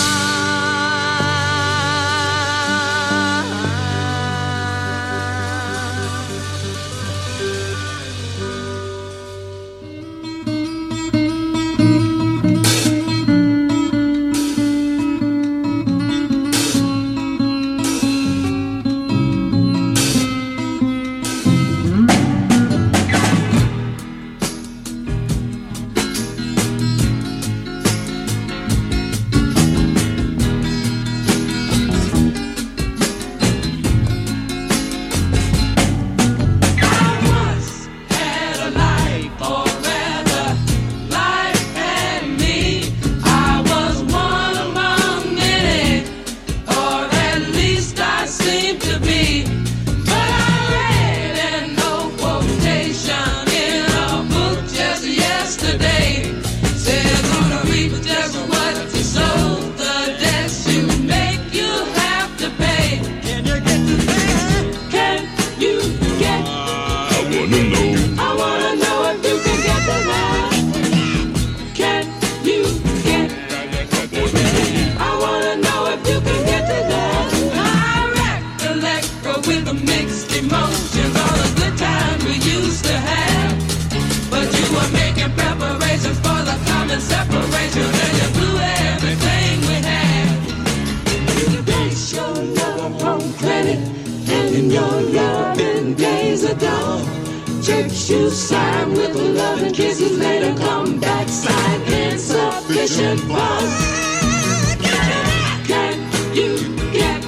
[SPEAKER 9] With the mixed emotions, all of the time we used to have. But you were making preparations for the common separation, and you blew everything we had. You base your love on credit, and in your loving days are dull. Checks you sign with love and kisses later come back signed insufficient funds. Can you get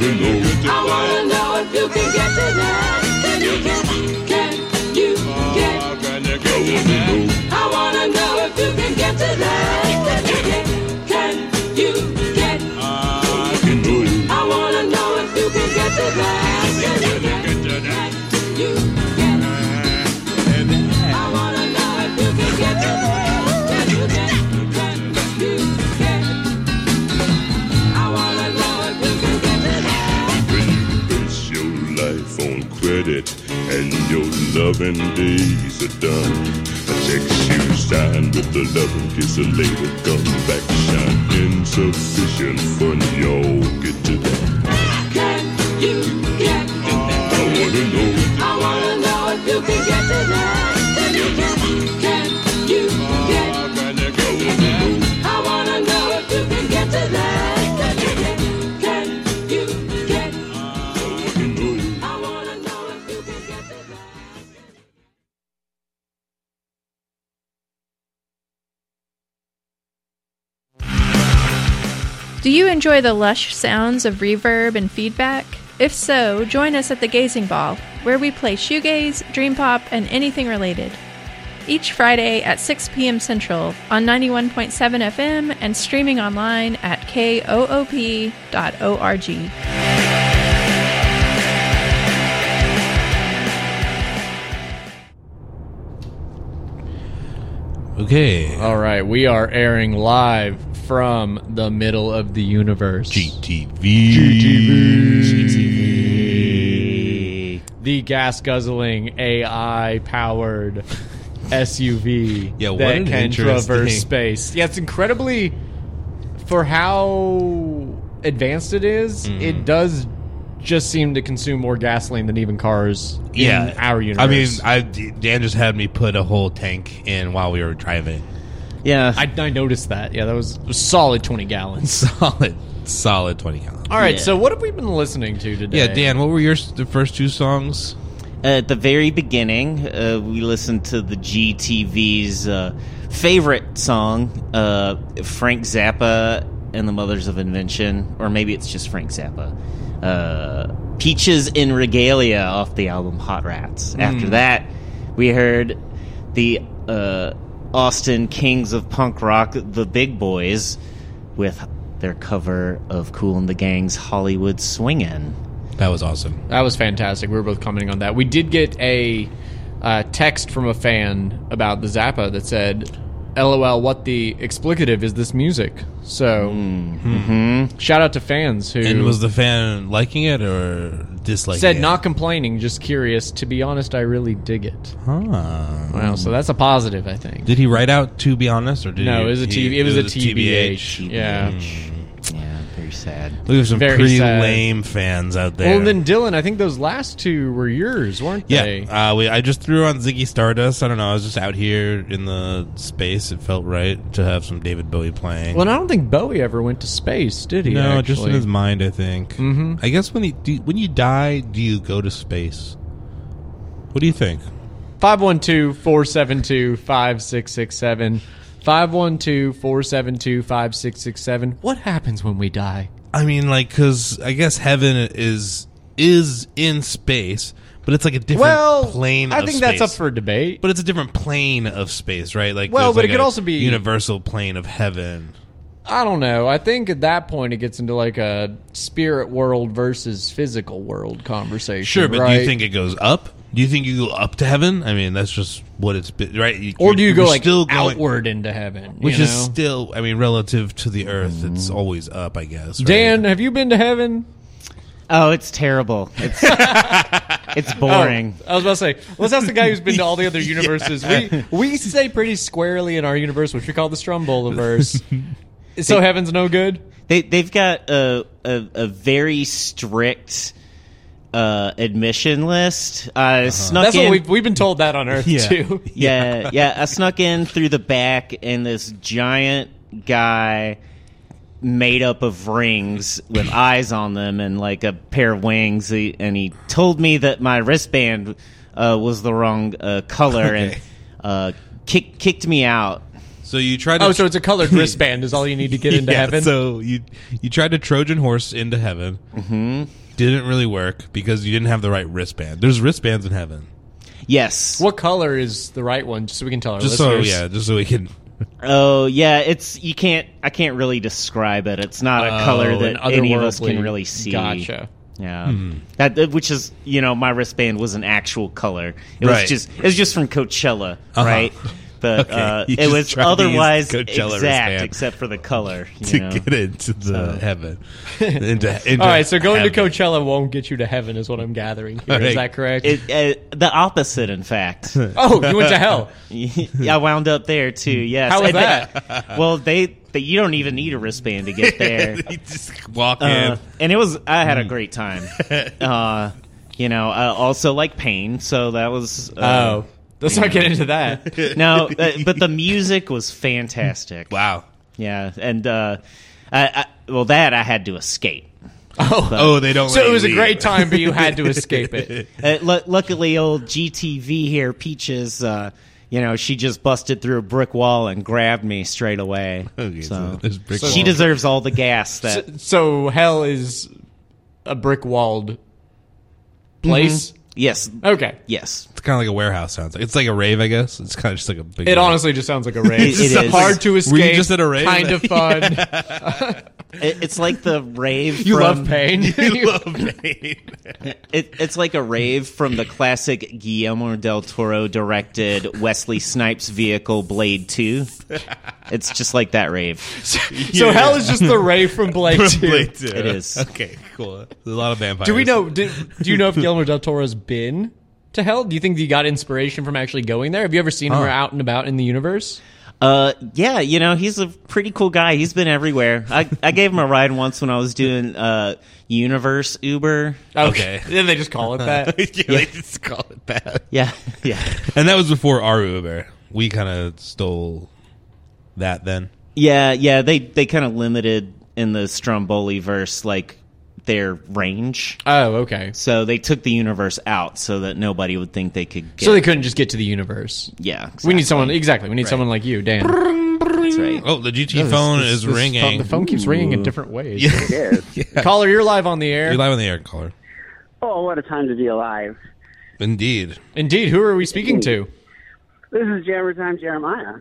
[SPEAKER 9] to that? I wanna know if you can get to that. Can you get? Can you get? I wanna know if you can get to that. Can you get? Can you get? I wanna know if you can get to that. Can you get? Can you get? I wanna know if you can get to that. Can you get? Can you get? I wanna know if you can get to that.
[SPEAKER 10] When you base your life on credit and your love seven days are done. A check shoe signed with the love and kiss a label come back shine. Insufficient fun, y'all get to that.
[SPEAKER 9] Can you get to that?
[SPEAKER 10] I wanna know.
[SPEAKER 9] I wanna know if you can get to that. Can you get? Can you get? I wanna know if you can get to that. Can you get? Can you get? I wanna know if you can get to that.
[SPEAKER 11] Do you enjoy the lush sounds of reverb and feedback? If so, join us at the Gazing Ball, where we play shoegaze, dream pop, and anything related. Each Friday at 6 p.m. Central on 91.7 FM and streaming online at koop.org.
[SPEAKER 2] Okay.
[SPEAKER 3] All right, we are airing live from the middle of the universe.
[SPEAKER 2] GTV.
[SPEAKER 3] GTV. The gas guzzling AI powered SUV
[SPEAKER 2] Yeah, what
[SPEAKER 3] that
[SPEAKER 2] an
[SPEAKER 3] can traverse
[SPEAKER 2] interesting-
[SPEAKER 3] space. Yeah, it's incredibly for how advanced it is, It does just seem to consume more gasoline than even cars
[SPEAKER 2] Yeah.
[SPEAKER 3] in our
[SPEAKER 2] I mean,
[SPEAKER 3] universe.
[SPEAKER 2] I, Dan just had me put a whole tank in while we were driving.
[SPEAKER 4] Yeah.
[SPEAKER 3] I, I noticed that. Yeah, that was a solid 20 gallons.
[SPEAKER 2] Solid, solid 20 gallons.
[SPEAKER 3] All right, so what have we been listening to today?
[SPEAKER 2] Yeah, Dan, what were your s- the first two songs?
[SPEAKER 4] At the very beginning, uh, we listened to the GTV's uh, favorite song, uh, Frank Zappa and the Mothers of Invention, or maybe it's just Frank Zappa. Uh, Peaches in Regalia off the album Hot Rats. After that, we heard the uh, Austin Kings of Punk Rock, the Big Boys, with their cover of Cool and the Gang's Hollywood Swingin'.
[SPEAKER 2] That was awesome.
[SPEAKER 3] That was fantastic. We were both commenting on that. We did get a uh, text from a fan about the Zappa that said, "LOL, what the explicative is this music?" So, hmm. shout out to fans who
[SPEAKER 2] And was the fan liking it or disliking
[SPEAKER 3] said
[SPEAKER 2] it?
[SPEAKER 3] not complaining, just curious. To be honest, I really dig it.
[SPEAKER 2] Ah.
[SPEAKER 3] Wow, so that's a positive, I think.
[SPEAKER 2] Did he write out to be honest, or did
[SPEAKER 3] no,
[SPEAKER 2] he,
[SPEAKER 3] it was a
[SPEAKER 2] he-
[SPEAKER 3] TV. It was a
[SPEAKER 2] TBH.
[SPEAKER 3] TBH. Yeah.
[SPEAKER 4] Yeah, very sad.
[SPEAKER 2] Look, there's some
[SPEAKER 3] Very
[SPEAKER 2] pretty
[SPEAKER 3] sad.
[SPEAKER 2] lame fans out there.
[SPEAKER 3] Well, and then Dylan, I think those last two were yours, weren't they?
[SPEAKER 2] yeah, uh, we, I just threw on Ziggy Stardust. I don't know. I was just out here in the space. It felt right to have some David Bowie playing.
[SPEAKER 3] Well, and I don't think Bowie ever went to space, did he?
[SPEAKER 2] no,
[SPEAKER 3] actually?
[SPEAKER 2] just in his mind, I think. Mm-hmm. I guess when he do, when you die, do you go to space? What do you think?
[SPEAKER 3] 512-472-5667 512-472-5667 what happens when we die
[SPEAKER 2] I mean, like, because I guess heaven is is in space, but it's like a different
[SPEAKER 3] well
[SPEAKER 2] plane.
[SPEAKER 3] i
[SPEAKER 2] of
[SPEAKER 3] think that's
[SPEAKER 2] space.
[SPEAKER 3] up for debate
[SPEAKER 2] But it's a different plane of space, right? Like,
[SPEAKER 3] Well,
[SPEAKER 2] there's
[SPEAKER 3] but
[SPEAKER 2] like
[SPEAKER 3] it could
[SPEAKER 2] a
[SPEAKER 3] also be-
[SPEAKER 2] universal plane of heaven.
[SPEAKER 3] i don't know i think at that point it gets into like a spirit world versus physical world conversation
[SPEAKER 2] Sure, but do
[SPEAKER 3] right?
[SPEAKER 2] you think it goes up? Do you think you go up to heaven? I mean, that's just what it's been, right? You-
[SPEAKER 3] or do you
[SPEAKER 2] you're-
[SPEAKER 3] go
[SPEAKER 2] you're
[SPEAKER 3] like
[SPEAKER 2] going-
[SPEAKER 3] outward into heaven
[SPEAKER 2] which
[SPEAKER 3] you
[SPEAKER 2] is
[SPEAKER 3] know?
[SPEAKER 2] still, I mean, relative to the earth, it's always up, I guess. right?
[SPEAKER 3] dan have you been to heaven
[SPEAKER 4] Oh, it's terrible. It's, it's
[SPEAKER 3] Oh.
[SPEAKER 4] boring.
[SPEAKER 3] I was about to say, let's ask the guy who's been to all the other universes. We we say pretty squarely in our universe, which we call the Stromboliverse. so heaven's no good.
[SPEAKER 4] They they've got a a, a very strict uh, admission list. I snuck
[SPEAKER 3] Uh-huh. That's
[SPEAKER 4] in.
[SPEAKER 3] what we've we've been told that on Earth
[SPEAKER 2] Yeah.
[SPEAKER 3] too.
[SPEAKER 4] yeah, yeah. I snuck in through the back, and this giant guy made up of rings with eyes on them and like a pair of wings. He, and he told me that my wristband uh, was the wrong uh, color and uh, kick, kicked me out.
[SPEAKER 2] So you try to.
[SPEAKER 3] Oh, so it's a colored wristband is all you need to get into
[SPEAKER 2] Yeah,
[SPEAKER 3] heaven.
[SPEAKER 2] So you you tried to Trojan horse into heaven. Mm-hmm. Didn't really work because you didn't have the right wristband. There's wristbands in heaven.
[SPEAKER 4] Yes.
[SPEAKER 3] what color is the right one? Just so we can tell our
[SPEAKER 2] Just
[SPEAKER 3] listeners.
[SPEAKER 2] so yeah, just so we can.
[SPEAKER 4] Oh yeah, it's you can't. I can't really describe it. It's not a Uh, color
[SPEAKER 3] Oh,
[SPEAKER 4] that
[SPEAKER 3] an
[SPEAKER 4] any of us
[SPEAKER 3] otherworldly-
[SPEAKER 4] can really see.
[SPEAKER 3] Gotcha.
[SPEAKER 4] Yeah,
[SPEAKER 2] Hmm.
[SPEAKER 4] that that- which is you know my wristband was an actual color. It
[SPEAKER 2] Right. Uh-huh.
[SPEAKER 4] was just it was just from Coachella, right? but
[SPEAKER 2] Okay,
[SPEAKER 4] uh,
[SPEAKER 2] you
[SPEAKER 4] it
[SPEAKER 2] just
[SPEAKER 4] was
[SPEAKER 2] tried to use
[SPEAKER 4] otherwise
[SPEAKER 2] Coachella's
[SPEAKER 4] exact
[SPEAKER 2] hand
[SPEAKER 4] except for the color. You
[SPEAKER 2] to
[SPEAKER 4] know?
[SPEAKER 2] get into the
[SPEAKER 4] So-
[SPEAKER 2] heaven. Into, into
[SPEAKER 3] All right, so going to
[SPEAKER 2] heaven.
[SPEAKER 3] Coachella won't get you to heaven, is what I'm gathering. here. Is
[SPEAKER 2] Right.
[SPEAKER 3] that correct?
[SPEAKER 4] It, uh, the opposite, in fact.
[SPEAKER 3] oh, you went to hell.
[SPEAKER 4] I wound up there too. Yes.
[SPEAKER 3] How was
[SPEAKER 4] And they-
[SPEAKER 3] that?
[SPEAKER 4] well, they, they you don't even need a wristband to get there.
[SPEAKER 2] you just walk
[SPEAKER 4] Uh,
[SPEAKER 2] in.
[SPEAKER 4] and it was I had a great time. Uh, you know, I also like pain, so that was uh,
[SPEAKER 3] oh, let's not get into that.
[SPEAKER 4] no, uh, but the music was fantastic.
[SPEAKER 2] Wow.
[SPEAKER 4] Yeah, and uh, I, I well that I had to escape.
[SPEAKER 2] Oh, they don't.
[SPEAKER 3] So
[SPEAKER 2] let
[SPEAKER 3] it
[SPEAKER 2] you
[SPEAKER 3] was a
[SPEAKER 2] leave.
[SPEAKER 3] great time, but you had to escape it.
[SPEAKER 4] Uh, lu luckily, old GTV here, Peaches, uh, you know, she just busted through a brick wall and grabbed me straight away.
[SPEAKER 2] Okay, so
[SPEAKER 4] so
[SPEAKER 2] there's brick
[SPEAKER 4] she
[SPEAKER 2] walls.
[SPEAKER 4] deserves all the gas that.
[SPEAKER 3] So, so hell is a brick walled place.
[SPEAKER 2] Mm-hmm.
[SPEAKER 4] yes,
[SPEAKER 3] Okay.
[SPEAKER 4] yes.
[SPEAKER 2] It's kind of like a warehouse. Sounds like it's like a rave. I guess it's kind of just like a big.
[SPEAKER 3] It
[SPEAKER 2] warehouse.
[SPEAKER 3] honestly just sounds like a rave.
[SPEAKER 4] It- it is.
[SPEAKER 3] hard to escape.
[SPEAKER 2] just at a rave?
[SPEAKER 3] Kind of fun.
[SPEAKER 4] It, it's like the rave.
[SPEAKER 3] You
[SPEAKER 4] from,
[SPEAKER 3] love pain. You love
[SPEAKER 4] It, it's like a rave from the classic Guillermo del Toro directed Wesley Snipes vehicle Blade Two. It's just like that rave.
[SPEAKER 3] So hell is just the rave from Blade.
[SPEAKER 2] From
[SPEAKER 3] 2.
[SPEAKER 2] Blade Two.
[SPEAKER 4] It is.
[SPEAKER 2] okay. Cool. There's a lot of vampires.
[SPEAKER 3] Do we know? Do, do you know if Guillermo del Toro's been to hell? Do you think he got inspiration from actually going there? Have you ever seen him out and about in the universe?
[SPEAKER 4] Uh, yeah, you know, he's a pretty cool guy. He's been everywhere. I, I gave him a ride once when I was doing uh, Universe Uber.
[SPEAKER 2] Okay.
[SPEAKER 3] Oh, Then they just call it that.
[SPEAKER 2] yeah, They just call it that.
[SPEAKER 4] Yeah, yeah,
[SPEAKER 2] And that was before our Uber. We kind of stole that then.
[SPEAKER 4] yeah, yeah. They they kind of limited in the Stromboli verse like their range,
[SPEAKER 3] oh, okay.
[SPEAKER 4] so they took the universe out so that nobody would think they could get.
[SPEAKER 3] So they couldn't just get to the universe.
[SPEAKER 4] yeah,
[SPEAKER 3] We need someone exactly. We need someone like you, Dan.
[SPEAKER 4] That's right.
[SPEAKER 2] Oh, the GT phone
[SPEAKER 3] This-
[SPEAKER 2] is
[SPEAKER 3] this phone-
[SPEAKER 2] ringing.
[SPEAKER 3] the phone keeps ringing in different ways. Caller, you're live on the air.
[SPEAKER 2] You're live on the air, caller.
[SPEAKER 7] Oh, what a time to be alive.
[SPEAKER 2] Indeed.
[SPEAKER 3] Indeed. Who are we speaking to?
[SPEAKER 7] This is Jammer Time Jeremiah.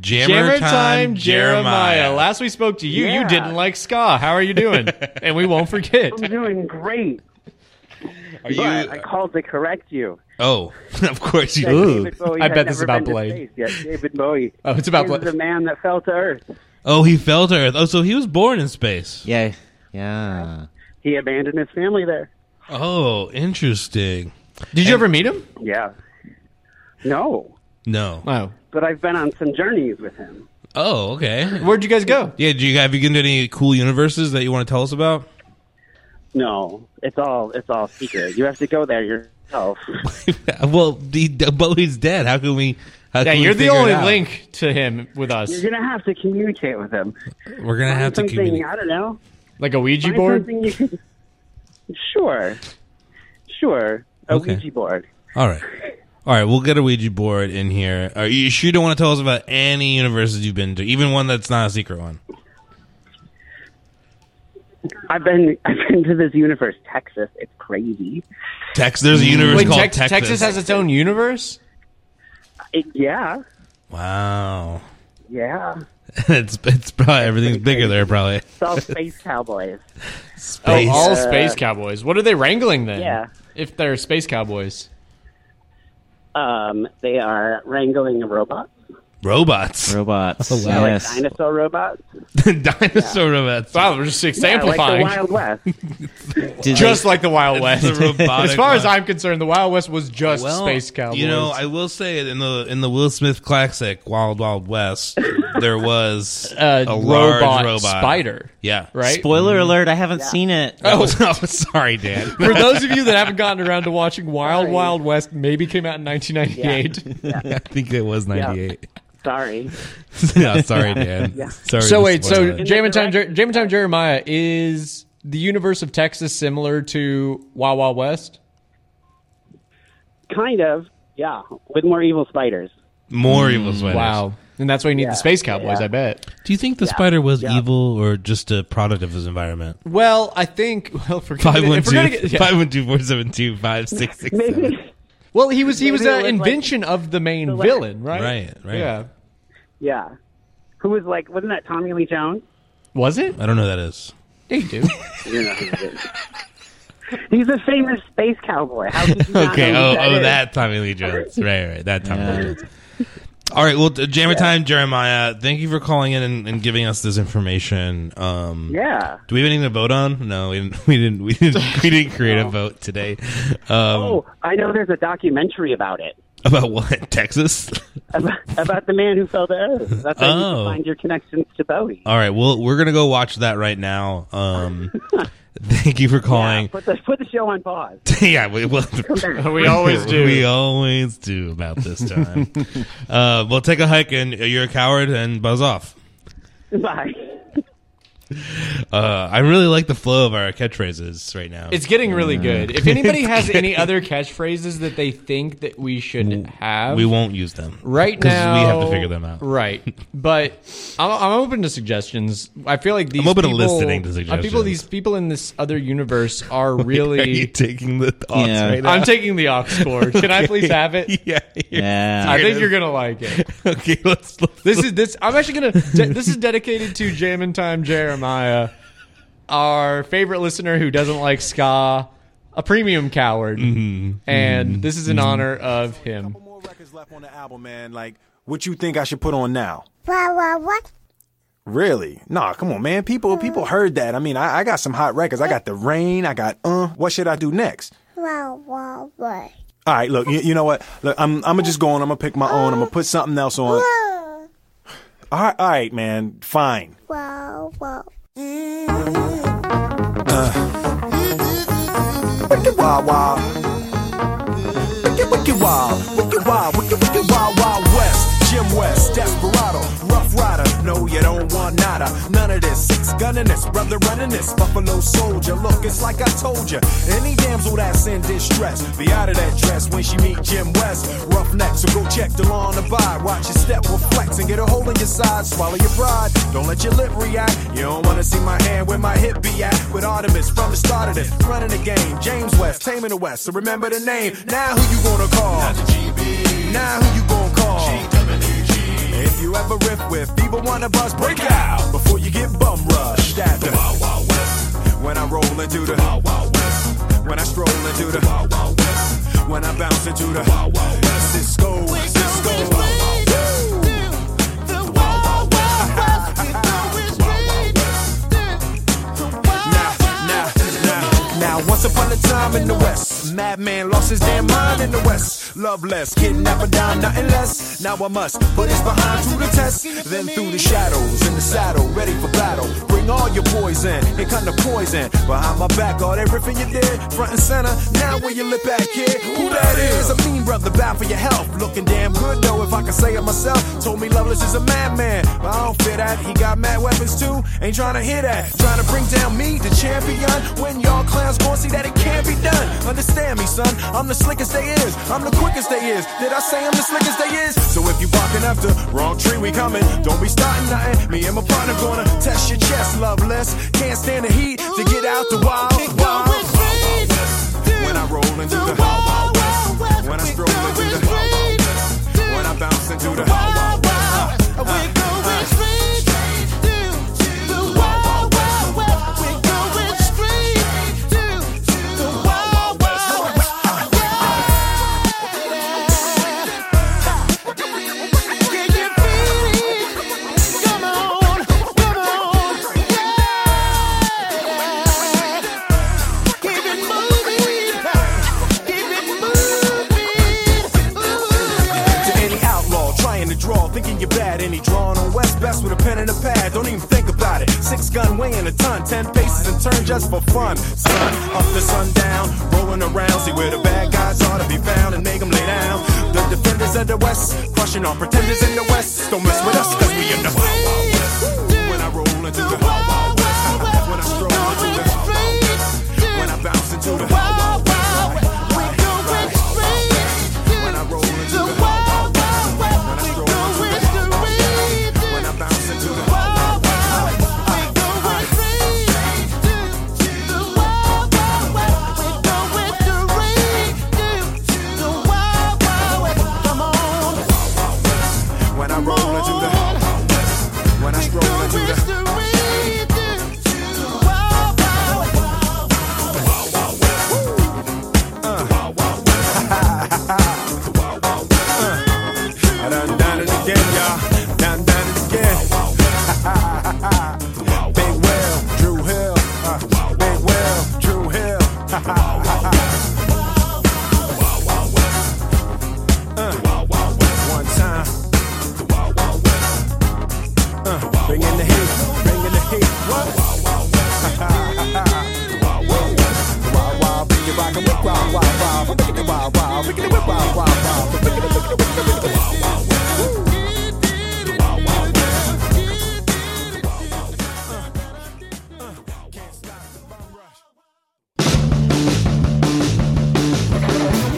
[SPEAKER 2] Jammer, time, Jeremiah.
[SPEAKER 3] Last we spoke to you, you
[SPEAKER 7] Yeah.
[SPEAKER 3] didn't like ska. How are you doing? and we won't forget.
[SPEAKER 7] I'm doing great.
[SPEAKER 2] Are
[SPEAKER 7] But I
[SPEAKER 2] you?
[SPEAKER 7] called to correct you.
[SPEAKER 2] Oh, of course you.
[SPEAKER 7] That David Bowie
[SPEAKER 3] I
[SPEAKER 7] had
[SPEAKER 3] bet this is
[SPEAKER 7] never
[SPEAKER 3] about
[SPEAKER 7] been to
[SPEAKER 3] Blade.
[SPEAKER 7] space Yet. David Bowie.
[SPEAKER 3] Oh, it's about
[SPEAKER 7] he was
[SPEAKER 3] Blade.
[SPEAKER 7] the man that fell to Earth.
[SPEAKER 2] Oh, he fell to Earth. Oh, so he was born in space.
[SPEAKER 4] Yeah, yeah.
[SPEAKER 7] He abandoned his family there.
[SPEAKER 2] Oh, interesting.
[SPEAKER 3] Did you ever meet him?
[SPEAKER 7] Yeah. No,
[SPEAKER 2] No.
[SPEAKER 3] Oh.
[SPEAKER 7] but I've been on some journeys with him.
[SPEAKER 2] Oh, okay.
[SPEAKER 3] Where'd you guys go?
[SPEAKER 2] Yeah. Do you have you been to any cool universes that you want to tell us about?
[SPEAKER 7] No, it's all it's all secret. You have to go there yourself.
[SPEAKER 2] well, the, Bowie's dead. How can we? How
[SPEAKER 3] Yeah,
[SPEAKER 2] can we
[SPEAKER 3] you're the
[SPEAKER 2] figure it
[SPEAKER 3] only
[SPEAKER 2] out?
[SPEAKER 3] link to him with us.
[SPEAKER 7] You're gonna have to communicate with him.
[SPEAKER 2] We're gonna have to
[SPEAKER 7] something
[SPEAKER 2] communicate.
[SPEAKER 7] I don't know.
[SPEAKER 3] Like a Ouija
[SPEAKER 7] Find
[SPEAKER 3] board?
[SPEAKER 7] something you can- Sure, sure. A
[SPEAKER 2] Okay.
[SPEAKER 7] Ouija board.
[SPEAKER 2] All right. All right, we'll get a Ouija board in here. Are you sure you don't want to tell us about any universes you've been to, even one that's not a secret one?
[SPEAKER 7] I've been I've been to this universe, Texas. It's crazy.
[SPEAKER 2] Texas, there's a universe
[SPEAKER 3] Wait,
[SPEAKER 2] called
[SPEAKER 3] Tex-
[SPEAKER 2] Texas.
[SPEAKER 3] Texas has its own universe?
[SPEAKER 7] It, yeah,
[SPEAKER 2] wow,
[SPEAKER 7] yeah.
[SPEAKER 2] it's it's probably everything's bigger there. Probably
[SPEAKER 7] It's all space cowboys.
[SPEAKER 2] space.
[SPEAKER 3] Oh, all space cowboys. What are they wrangling then?
[SPEAKER 7] Uh, Yeah.
[SPEAKER 3] If they're space cowboys.
[SPEAKER 7] Um, they are wrangling robots,
[SPEAKER 2] robots,
[SPEAKER 4] Robots.
[SPEAKER 2] wow.
[SPEAKER 4] Yes.
[SPEAKER 7] dinosaur robots.
[SPEAKER 2] dinosaur robots.
[SPEAKER 3] Wow, we're just
[SPEAKER 7] Yeah, like
[SPEAKER 3] exemplifying.
[SPEAKER 7] the Wild West.
[SPEAKER 4] Did
[SPEAKER 3] just like the Wild West.
[SPEAKER 2] It's the robotic
[SPEAKER 3] as far as
[SPEAKER 2] one.
[SPEAKER 3] I'm concerned, the Wild West was just space cowboys.
[SPEAKER 2] You know, I will say it in the in the Will Smith classic Wild Wild West, there was
[SPEAKER 3] uh,
[SPEAKER 2] a large
[SPEAKER 3] robot,
[SPEAKER 2] robot
[SPEAKER 3] spider,
[SPEAKER 2] Yeah,
[SPEAKER 4] they-
[SPEAKER 3] right?
[SPEAKER 4] spoiler alert! I haven't seen it.
[SPEAKER 2] That was- Oh, sorry, Dan.
[SPEAKER 3] For those of you that haven't gotten around to watching Wild Wild West, maybe came out in 1998.
[SPEAKER 2] I think it was '98.
[SPEAKER 7] Sorry.
[SPEAKER 2] no, sorry, Dan. Sorry.
[SPEAKER 3] So
[SPEAKER 2] to
[SPEAKER 3] wait,
[SPEAKER 2] spoil
[SPEAKER 3] so
[SPEAKER 2] it.
[SPEAKER 3] Jam and Time, Jer- Jam and Time Jeremiah is the universe of Texas similar to Wild Wild West?
[SPEAKER 7] Kind of. Yeah, with more evil spiders.
[SPEAKER 2] more evil spiders.
[SPEAKER 3] Wow. And that's why you need the space cowboys, I bet.
[SPEAKER 2] Do you think the spider was evil or just a product of his environment?
[SPEAKER 3] Well, I think well, if we're gonna-
[SPEAKER 2] Five one
[SPEAKER 3] if we're gonna
[SPEAKER 2] two
[SPEAKER 3] get- yeah.
[SPEAKER 2] five one two four seven two five six six seven.
[SPEAKER 3] Well, he was he was
[SPEAKER 7] Maybe it
[SPEAKER 3] an
[SPEAKER 7] was like
[SPEAKER 3] invention of the main
[SPEAKER 7] the-
[SPEAKER 3] villain, right?
[SPEAKER 2] Right, right.
[SPEAKER 3] Yeah.
[SPEAKER 7] Yeah. Who was like? Wasn't that Tommy Lee Jones?
[SPEAKER 3] Was it?
[SPEAKER 2] I don't know who that is.
[SPEAKER 3] Yeah, you do.
[SPEAKER 7] You know who it is. He's a famous space cowboy. How could you not
[SPEAKER 2] Okay.
[SPEAKER 7] know who
[SPEAKER 2] Oh, oh,
[SPEAKER 7] is?
[SPEAKER 2] that Tommy Lee Jones. Right, right. That Tommy Lee Jones. All right. Well, t- Jammer Time Jeremiah, thank you for calling in and, and giving us this information. Um,
[SPEAKER 7] Yeah.
[SPEAKER 2] Do we have anything to vote on? No, we didn't. We didn't. We didn't, we didn't create a vote today. Um,
[SPEAKER 7] oh, I know there's a documentary about it.
[SPEAKER 2] About what? Texas.
[SPEAKER 7] About, about the man who fell to earth. That's how you
[SPEAKER 2] Oh.
[SPEAKER 7] can find your connections to Bowie.
[SPEAKER 2] All right. Well, we're gonna go watch that right now. Um, thank you for calling.
[SPEAKER 7] Put the, put the show on pause.
[SPEAKER 2] yeah, we, well,
[SPEAKER 7] We always do.
[SPEAKER 2] We always do about this time. uh, well, take a hike and you're a coward and buzz off.
[SPEAKER 7] Bye.
[SPEAKER 2] Uh, I really like the flow of our catchphrases right now.
[SPEAKER 3] It's getting really good. If anybody
[SPEAKER 2] It's
[SPEAKER 3] has
[SPEAKER 2] getting-
[SPEAKER 3] any other catchphrases that they think that we should have,
[SPEAKER 2] we won't use them
[SPEAKER 3] right
[SPEAKER 2] 'Cause
[SPEAKER 3] now.
[SPEAKER 2] We have to figure them out.
[SPEAKER 3] right? But I'm, I'm open to suggestions. I feel like these
[SPEAKER 2] I'm open to
[SPEAKER 3] people,
[SPEAKER 2] listening to
[SPEAKER 3] uh, People,
[SPEAKER 2] suggestions.
[SPEAKER 3] these people in this other universe are really
[SPEAKER 2] Are you taking the odds
[SPEAKER 3] Yeah.
[SPEAKER 2] right now?
[SPEAKER 3] I'm taking the aux cord. Can I please have it?
[SPEAKER 2] Yeah. you're-
[SPEAKER 4] Yeah.
[SPEAKER 3] I
[SPEAKER 2] here it
[SPEAKER 3] think
[SPEAKER 2] is.
[SPEAKER 3] you're gonna like it.
[SPEAKER 2] okay. Let's.
[SPEAKER 3] This is this. I'm actually gonna. this is dedicated to Jamin Time Jeremiah, our favorite listener who doesn't like ska, a premium coward,
[SPEAKER 2] Mm-hmm.
[SPEAKER 3] and this is in honor of him.
[SPEAKER 8] album, man. Like, what you think I should put on now?
[SPEAKER 9] Wah, wah, what?
[SPEAKER 8] Really? Nah, come on, man. People, people heard that. I mean, I, I got some hot records. I got the rain. I got uh. What should I do next?
[SPEAKER 9] Wah, wah, what?
[SPEAKER 8] All right, look. You, you know what? Look, I'm I'm gonna just go on. I'm gonna pick my own. I'm gonna put something else on. All right, all right, man. Fine.
[SPEAKER 9] Wah, wah.
[SPEAKER 8] Uh. Wicked wild, wild. Wicked, wicked wild. Wicked wild, wicked, wicked wild, wild west. Jim West, Desperado, Rough Rider. No, you don't want nada. None of this. Six gunning this, brother running this. Buffalo soldier. Look, it's like I told you. Any damsel that's in distress, be out of that dress when she meet Jim West. Rough neck, so go check the lawn and buy. Watch your step, will flex and get a hole in your side. Swallow your pride. Don't let your lip react. You don't wanna see my hand where my hip be at. With Artemis from the start of this, running the game. James West, taming the West. So remember the name. Now who you gonna call? Now who you gonna call? If you ever riff with either one of us, break out before you get bum rushed at the Wild Wild West. When I roll into the Wild Wild West. When I stroll into the Wild Wild West. When I bounce into the Wild Wild West. Cisco, Cisco, Wild Wild West. Now, once upon a time in the West, madman lost his damn mind in the West. Loveless, kidnapped down, nothing less. Now I must put his behind to the test. Then through the shadows in the saddle, ready for battle. Bring all your poison, here come the poison. Behind my back, all that riffing you did, front and center. Now where you look back, kid, who that is? A mean brother, bow for your health. Looking damn good though, if I can say it myself. Told me Loveless is a madman, but I don't fear that. He got mad weapons too, ain't trying to hear that. Trying to bring down me, the champion. When y'all clowns gon' see that it can't be done. Understand me, son, I'm the slickest they is. I'm the quickest they is. Did I say I'm the slickest they is? So if you barking after wrong tree, we coming. Don't be starting nothing. Me and my partner gonna test your chest, Loveless. Can't stand the heat to get out the wild. wild. When I roll into the wild, wild west. When I stroll into the wild, wild west. When I bounce into the wild, wild west. Uh, uh, uh. To any outlaw trying to draw, thinking you're bad. Any drawing on West Best with a pen and a pad. Don't even think about it. Six gun weighing a ton, ten paces and turn just for fun. Sun up to sundown, rolling around. See where the bad guys ought to be found and make them lay down. The defenders of the West, crushing all pretenders in the West. Don't mess with us, cause we in the Wild Wild West. When I roll into the Wild Wild West, when I stroll into the Wild Wild West, when I bounce into the Wild Wild West. When I roll into the wild, wild, wild, when I stroll into the wild, wild, wild, when I bounce into the wild, wild, wild, we going straight to the wild, wild, wild. We going straight to the wild, wild, wild. Come on, when I roll into the wild, when I stroll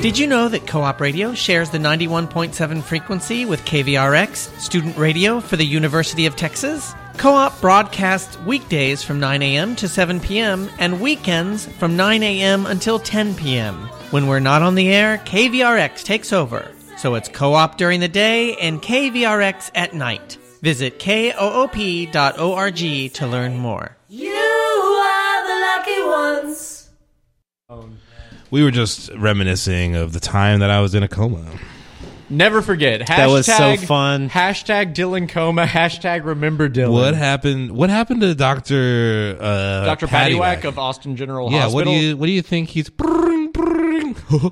[SPEAKER 12] Did you know that Co op Radio shares the 91.7 frequency with KVRX, student radio for the University of Texas? Co op broadcasts weekdays from 9 a.m. to 7 p.m. and weekends from 9 a.m. until 10 p.m. When we're not on the air, KVRX takes over. So it's co op during the day and KVRX at night. Visit koop.org to learn more.
[SPEAKER 9] You are the lucky ones.
[SPEAKER 2] We were just reminiscing of the time that I was in a coma.
[SPEAKER 3] Never forget. Hashtag,
[SPEAKER 2] That was so fun.
[SPEAKER 3] Hashtag Dylan Coma. Hashtag Remember Dylan.
[SPEAKER 2] What happened? What happened to Doctor uh,
[SPEAKER 3] Dr. Paddywhack of Austin General
[SPEAKER 2] Yeah. What do
[SPEAKER 3] Hospital.
[SPEAKER 2] you What do you think he's?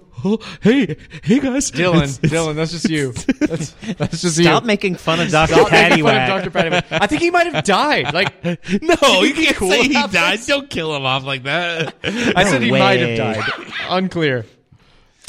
[SPEAKER 2] hey, hey guys,
[SPEAKER 3] Dylan,
[SPEAKER 2] It's- it's-
[SPEAKER 3] Dylan, that's just you. That's, that's just you.
[SPEAKER 4] Stop making fun of Dr.
[SPEAKER 3] Stop making fun of
[SPEAKER 4] Paddywhack.
[SPEAKER 3] Dr. Paddywhack. I think he might have died. Like, no,
[SPEAKER 2] you can't say he died. Don't kill him off like that.
[SPEAKER 3] I said he might have died. Unclear.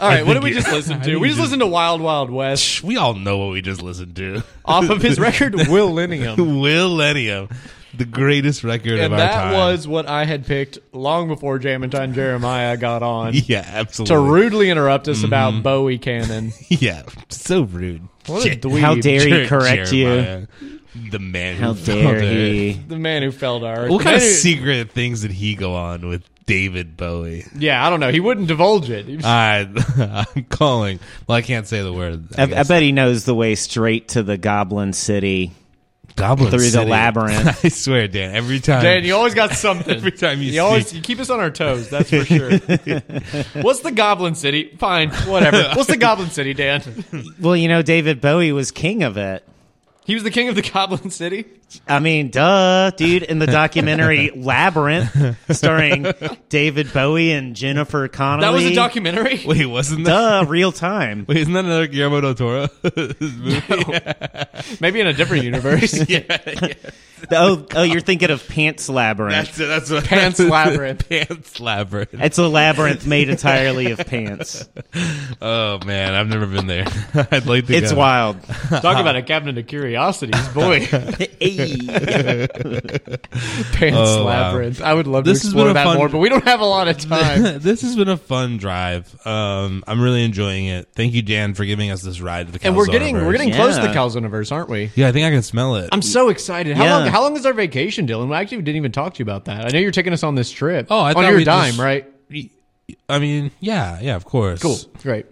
[SPEAKER 3] All
[SPEAKER 2] I
[SPEAKER 3] right, what
[SPEAKER 2] think
[SPEAKER 3] did we
[SPEAKER 2] it-
[SPEAKER 3] just
[SPEAKER 2] I
[SPEAKER 3] listen to?
[SPEAKER 2] think
[SPEAKER 3] We
[SPEAKER 2] it
[SPEAKER 3] just
[SPEAKER 2] just-
[SPEAKER 3] listened to Wild Wild West.
[SPEAKER 2] We all know what we just listened to.
[SPEAKER 3] Off of his record, Will Lennium.
[SPEAKER 2] Will Lennium, the greatest record of
[SPEAKER 3] And
[SPEAKER 2] our time.
[SPEAKER 3] that was what I had picked long before Jamonton Jeremiah got on.
[SPEAKER 2] Yeah, absolutely.
[SPEAKER 3] To rudely interrupt us
[SPEAKER 2] Mm-hmm.
[SPEAKER 3] about Bowie canon.
[SPEAKER 2] yeah, so rude.
[SPEAKER 3] What a
[SPEAKER 2] Jer-
[SPEAKER 3] dweeb. How dare he
[SPEAKER 2] Jer-
[SPEAKER 3] correct you.
[SPEAKER 2] Jeremiah, The man.
[SPEAKER 3] How
[SPEAKER 2] who
[SPEAKER 3] dare
[SPEAKER 2] felt it.
[SPEAKER 3] he. The man who felled our-
[SPEAKER 2] What
[SPEAKER 3] the
[SPEAKER 2] kind
[SPEAKER 3] man
[SPEAKER 2] of
[SPEAKER 3] who-
[SPEAKER 2] secret things did he go on with David Bowie?
[SPEAKER 3] Yeah, I don't know. He wouldn't divulge it. He was-
[SPEAKER 2] I, I'm calling. Well, I can't say the word.
[SPEAKER 4] I, I bet he knows the way straight to the Goblin City.
[SPEAKER 2] Goblin
[SPEAKER 4] through the
[SPEAKER 2] City.
[SPEAKER 4] labyrinth.
[SPEAKER 2] I swear, Dan. Every time.
[SPEAKER 3] Dan, you always got something.
[SPEAKER 2] Every time you
[SPEAKER 3] you always
[SPEAKER 2] speak.
[SPEAKER 3] you keep us on our toes. That's for sure. What's the Goblin City? Fine, whatever. What's the Goblin City, Dan?
[SPEAKER 4] Well, you know, David Bowie was king of it.
[SPEAKER 3] He was the king of the Goblin City.
[SPEAKER 4] I mean, duh, dude, in the documentary Labyrinth, starring David Bowie and Jennifer Connelly.
[SPEAKER 3] That was a documentary.
[SPEAKER 2] Wait, wasn't
[SPEAKER 4] that? Duh, real time.
[SPEAKER 2] Wait, isn't that another Guillermo del Toro?
[SPEAKER 3] Maybe in a different universe.
[SPEAKER 2] yeah,
[SPEAKER 4] Oh, oh, you're thinking of Pants Labyrinth.
[SPEAKER 2] That's it. That's what
[SPEAKER 3] Pants Labyrinth.
[SPEAKER 2] Pants labyrinth.
[SPEAKER 4] It's a labyrinth made entirely of pants.
[SPEAKER 2] Oh man, I've never been there. I'd like to.
[SPEAKER 4] It's
[SPEAKER 2] go.
[SPEAKER 4] wild.
[SPEAKER 3] Talk about a cabinet of curiosities, boy. Pants
[SPEAKER 2] Oh, wow.
[SPEAKER 3] labyrinth. I would love
[SPEAKER 2] This
[SPEAKER 3] to
[SPEAKER 2] has
[SPEAKER 3] explore
[SPEAKER 2] been a
[SPEAKER 3] that
[SPEAKER 2] fun-
[SPEAKER 3] more, but we don't have a lot of time.
[SPEAKER 2] this has been a fun drive. Um, I'm really enjoying it. Thank you, Dan, for giving us this ride to the.
[SPEAKER 3] and we're getting we're getting close to the
[SPEAKER 2] Calzone.
[SPEAKER 3] Calzoniverse, aren't we?
[SPEAKER 2] Yeah, I think I can smell it.
[SPEAKER 3] I'm so excited. How
[SPEAKER 2] Yeah.
[SPEAKER 3] long? How long is our vacation, Dylan? We actually didn't even talk to you about that. I know you're taking us on this trip.
[SPEAKER 2] Oh, I
[SPEAKER 3] on
[SPEAKER 2] thought
[SPEAKER 3] your
[SPEAKER 2] we
[SPEAKER 3] dime,
[SPEAKER 2] just-
[SPEAKER 3] right?
[SPEAKER 2] I mean, yeah, yeah, of course.
[SPEAKER 3] Cool, great.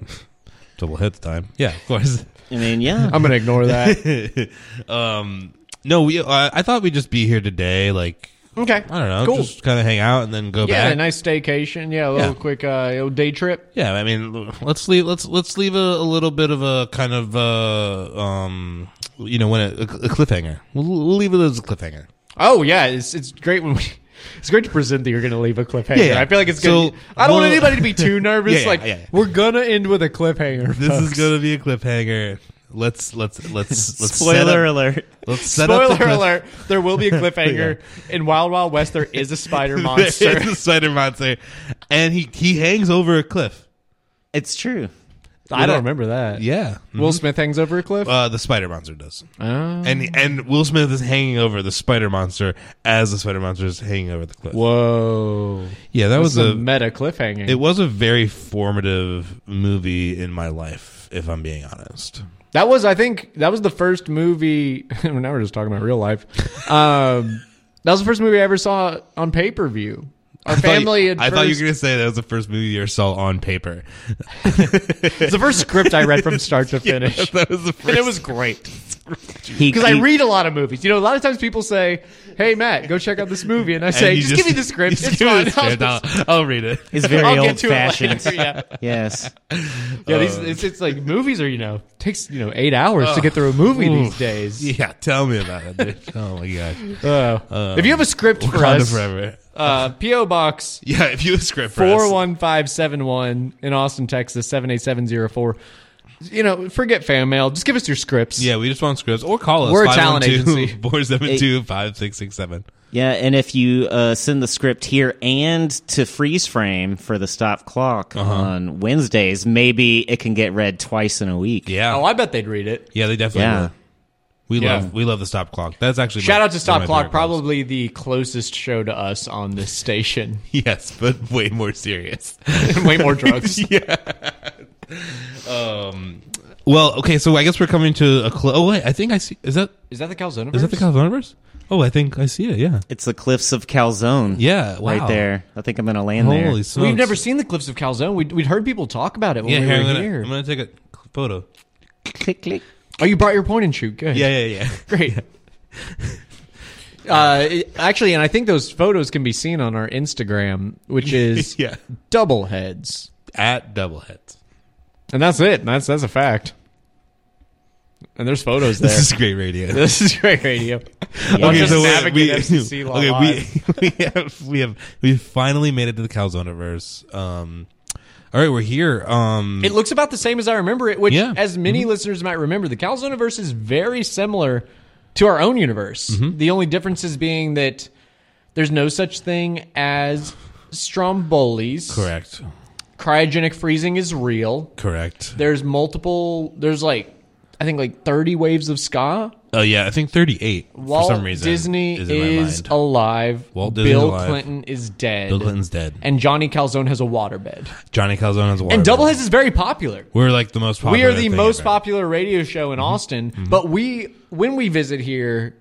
[SPEAKER 2] Double hit the time. Yeah, of course.
[SPEAKER 4] I mean, yeah.
[SPEAKER 3] I'm gonna ignore that.
[SPEAKER 2] um, no, we. Uh, I thought we'd just be here today, like
[SPEAKER 3] Okay,
[SPEAKER 2] I don't know,
[SPEAKER 3] Cool.
[SPEAKER 2] just kind of hang out and then go
[SPEAKER 3] yeah,
[SPEAKER 2] back.
[SPEAKER 3] a nice staycation. Yeah, a little
[SPEAKER 2] Yeah.
[SPEAKER 3] quick uh, little day trip.
[SPEAKER 2] Yeah, I mean, l- let's leave let's let's leave a, a little bit of a kind of uh, um, you know, when a, a cliffhanger. We'll, we'll leave it as a cliffhanger.
[SPEAKER 3] Oh yeah, it's it's great when we. It's great to present that you're going to leave a cliffhanger.
[SPEAKER 2] Yeah, yeah.
[SPEAKER 3] I feel like it's
[SPEAKER 2] So,
[SPEAKER 3] good. I don't want
[SPEAKER 2] we'll-
[SPEAKER 3] anybody to be too nervous.
[SPEAKER 2] Yeah, yeah,
[SPEAKER 3] like
[SPEAKER 2] yeah, yeah.
[SPEAKER 3] we're gonna end with a cliffhanger.
[SPEAKER 2] This is
[SPEAKER 3] folks.
[SPEAKER 2] gonna be a cliffhanger. Let's let's let's let's
[SPEAKER 4] Spoiler
[SPEAKER 2] set up-
[SPEAKER 4] alert.
[SPEAKER 2] Let's set
[SPEAKER 3] Spoiler
[SPEAKER 2] up the cliff-
[SPEAKER 3] alert: There will be a cliffhanger in Wild Wild West. There is a spider monster.
[SPEAKER 2] There's a spider monster, and he he hangs over a cliff.
[SPEAKER 4] It's true.
[SPEAKER 3] I don't remember that.
[SPEAKER 2] Yeah,
[SPEAKER 3] Will
[SPEAKER 2] Mhm.
[SPEAKER 3] Smith hangs over a cliff.
[SPEAKER 2] Uh, the spider monster does,
[SPEAKER 3] Oh.
[SPEAKER 2] and and Will Smith is hanging over the spider monster as the spider monster is hanging over the cliff.
[SPEAKER 3] Whoa!
[SPEAKER 2] Yeah, that
[SPEAKER 3] That's
[SPEAKER 2] was
[SPEAKER 3] some
[SPEAKER 2] a
[SPEAKER 3] meta cliffhanger.
[SPEAKER 2] It was a very formative movie in my life, if I'm being honest.
[SPEAKER 3] That was, I think, that was the first movie. now we're just talking about real life. Um, that was the first movie I ever saw on pay per view. Our
[SPEAKER 2] I thought you-
[SPEAKER 3] family. had
[SPEAKER 2] I thought you were
[SPEAKER 3] first-
[SPEAKER 2] going to say that was the first movie you ever saw on paper.
[SPEAKER 3] It's the first script I read from start to
[SPEAKER 2] Yeah,
[SPEAKER 3] finish.
[SPEAKER 2] that was the first.
[SPEAKER 3] And it was great because I read a lot of movies. You know, a lot of times people say, "Hey, Matt, go check out this movie," and I
[SPEAKER 2] And
[SPEAKER 3] say,
[SPEAKER 2] you
[SPEAKER 3] "Just, give me the script.
[SPEAKER 2] just
[SPEAKER 3] It's
[SPEAKER 2] give me
[SPEAKER 3] fine."
[SPEAKER 2] the script. I'll, I'll read it.
[SPEAKER 4] It's very
[SPEAKER 3] I'll
[SPEAKER 4] old
[SPEAKER 3] get to it later, Oh.
[SPEAKER 4] fashioned.
[SPEAKER 3] yeah.
[SPEAKER 4] Yes.
[SPEAKER 3] yeah, these,
[SPEAKER 2] Uh,
[SPEAKER 3] it's, it's like movies are you know takes you know eight hours to get through a movie these
[SPEAKER 2] Oof.
[SPEAKER 3] days.
[SPEAKER 2] Yeah, tell me about it. Dude. Oh my god.
[SPEAKER 3] Uh, if you have a script for
[SPEAKER 2] Wakanda
[SPEAKER 3] us,
[SPEAKER 2] forever.
[SPEAKER 3] Uh, PO Box.
[SPEAKER 2] Yeah, if you have a script for us.
[SPEAKER 3] four one five seven one in Austin, Texas seven eight seven zero four. You know, forget fan mail. Just give us your scripts.
[SPEAKER 2] Yeah, we just want scripts or call us.
[SPEAKER 3] We're a talent
[SPEAKER 2] 512
[SPEAKER 3] agency.
[SPEAKER 2] 472 5667.
[SPEAKER 4] Yeah, and if you uh, send the script here and to freeze frame for the stop clock
[SPEAKER 2] Uh-huh.
[SPEAKER 4] on Wednesdays, maybe it can get read twice in a week.
[SPEAKER 2] Yeah.
[SPEAKER 3] Oh, I bet they'd read it.
[SPEAKER 2] Yeah, they definitely
[SPEAKER 4] Yeah.
[SPEAKER 2] will. We
[SPEAKER 3] Yeah.
[SPEAKER 2] love we love the stop clock. That's actually
[SPEAKER 3] Shout
[SPEAKER 2] my-
[SPEAKER 3] out to
[SPEAKER 2] one of
[SPEAKER 3] Stop
[SPEAKER 2] my
[SPEAKER 3] Clock,
[SPEAKER 2] favorite calls.
[SPEAKER 3] probably the closest show to us on this station.
[SPEAKER 2] Yes, but way more serious.
[SPEAKER 3] And way more drugs.
[SPEAKER 2] yeah. Um, well, okay, so I guess we're coming to a close. Oh wait, I think I see. Is that
[SPEAKER 3] Is that the Calzone?
[SPEAKER 2] is that the Calzoniverse? Oh, I think I see it. Yeah,
[SPEAKER 4] it's the Cliffs of Calzone.
[SPEAKER 2] Yeah, wow.
[SPEAKER 4] right there. I think I'm gonna land there.
[SPEAKER 2] Holy smokes.
[SPEAKER 3] We've never seen the Cliffs of Calzone. We'd, we'd heard people talk about it when
[SPEAKER 2] yeah,
[SPEAKER 3] we
[SPEAKER 2] here,
[SPEAKER 3] were
[SPEAKER 2] I'm gonna,
[SPEAKER 3] here.
[SPEAKER 2] I'm gonna take a photo.
[SPEAKER 4] Click click.
[SPEAKER 3] Oh, you brought your point and shoot. Good.
[SPEAKER 2] Yeah, yeah, yeah.
[SPEAKER 3] Great. Uh, it- actually, and I think those photos can be seen on our Instagram, which is
[SPEAKER 2] Yeah.
[SPEAKER 3] double heads,
[SPEAKER 2] At Doubleheads.
[SPEAKER 3] and that's it. That's that's a fact. And there's photos there.
[SPEAKER 2] This is great radio.
[SPEAKER 3] This is great radio. Watch us navigate FCC law
[SPEAKER 2] okay,
[SPEAKER 3] live.
[SPEAKER 2] we, we have we have we finally made it to the Calzoniverse. Um, all right, we're here. Um,
[SPEAKER 3] It looks about the same as I remember it, which,
[SPEAKER 2] Yeah. Mm-hmm.
[SPEAKER 3] as many listeners might remember, the Cal's universe is very similar to our own universe.
[SPEAKER 2] Mm-hmm.
[SPEAKER 3] The only difference is being that there's no such thing as Strombolis.
[SPEAKER 2] correct,
[SPEAKER 3] Cryogenic freezing is real.
[SPEAKER 2] correct.
[SPEAKER 3] There's multiple. There's like, I think like 30 waves of ska.
[SPEAKER 2] Oh yeah, I think thirty-eight
[SPEAKER 3] Walt
[SPEAKER 2] for some reason.
[SPEAKER 3] Disney
[SPEAKER 2] is,
[SPEAKER 3] is,
[SPEAKER 2] in my mind.
[SPEAKER 3] alive.
[SPEAKER 2] Walt Disney's
[SPEAKER 3] Bill
[SPEAKER 2] alive.
[SPEAKER 3] Clinton is dead.
[SPEAKER 2] Bill Clinton's dead.
[SPEAKER 3] And Johnny Calzone has a waterbed.
[SPEAKER 2] Johnny Calzone has a water.
[SPEAKER 3] and Double
[SPEAKER 2] bill.
[SPEAKER 3] Heads is very popular.
[SPEAKER 2] We're like the most. popular
[SPEAKER 3] we are the
[SPEAKER 2] thing
[SPEAKER 3] most
[SPEAKER 2] ever. Mm-hmm.
[SPEAKER 3] popular radio show in Austin, but we when we visit here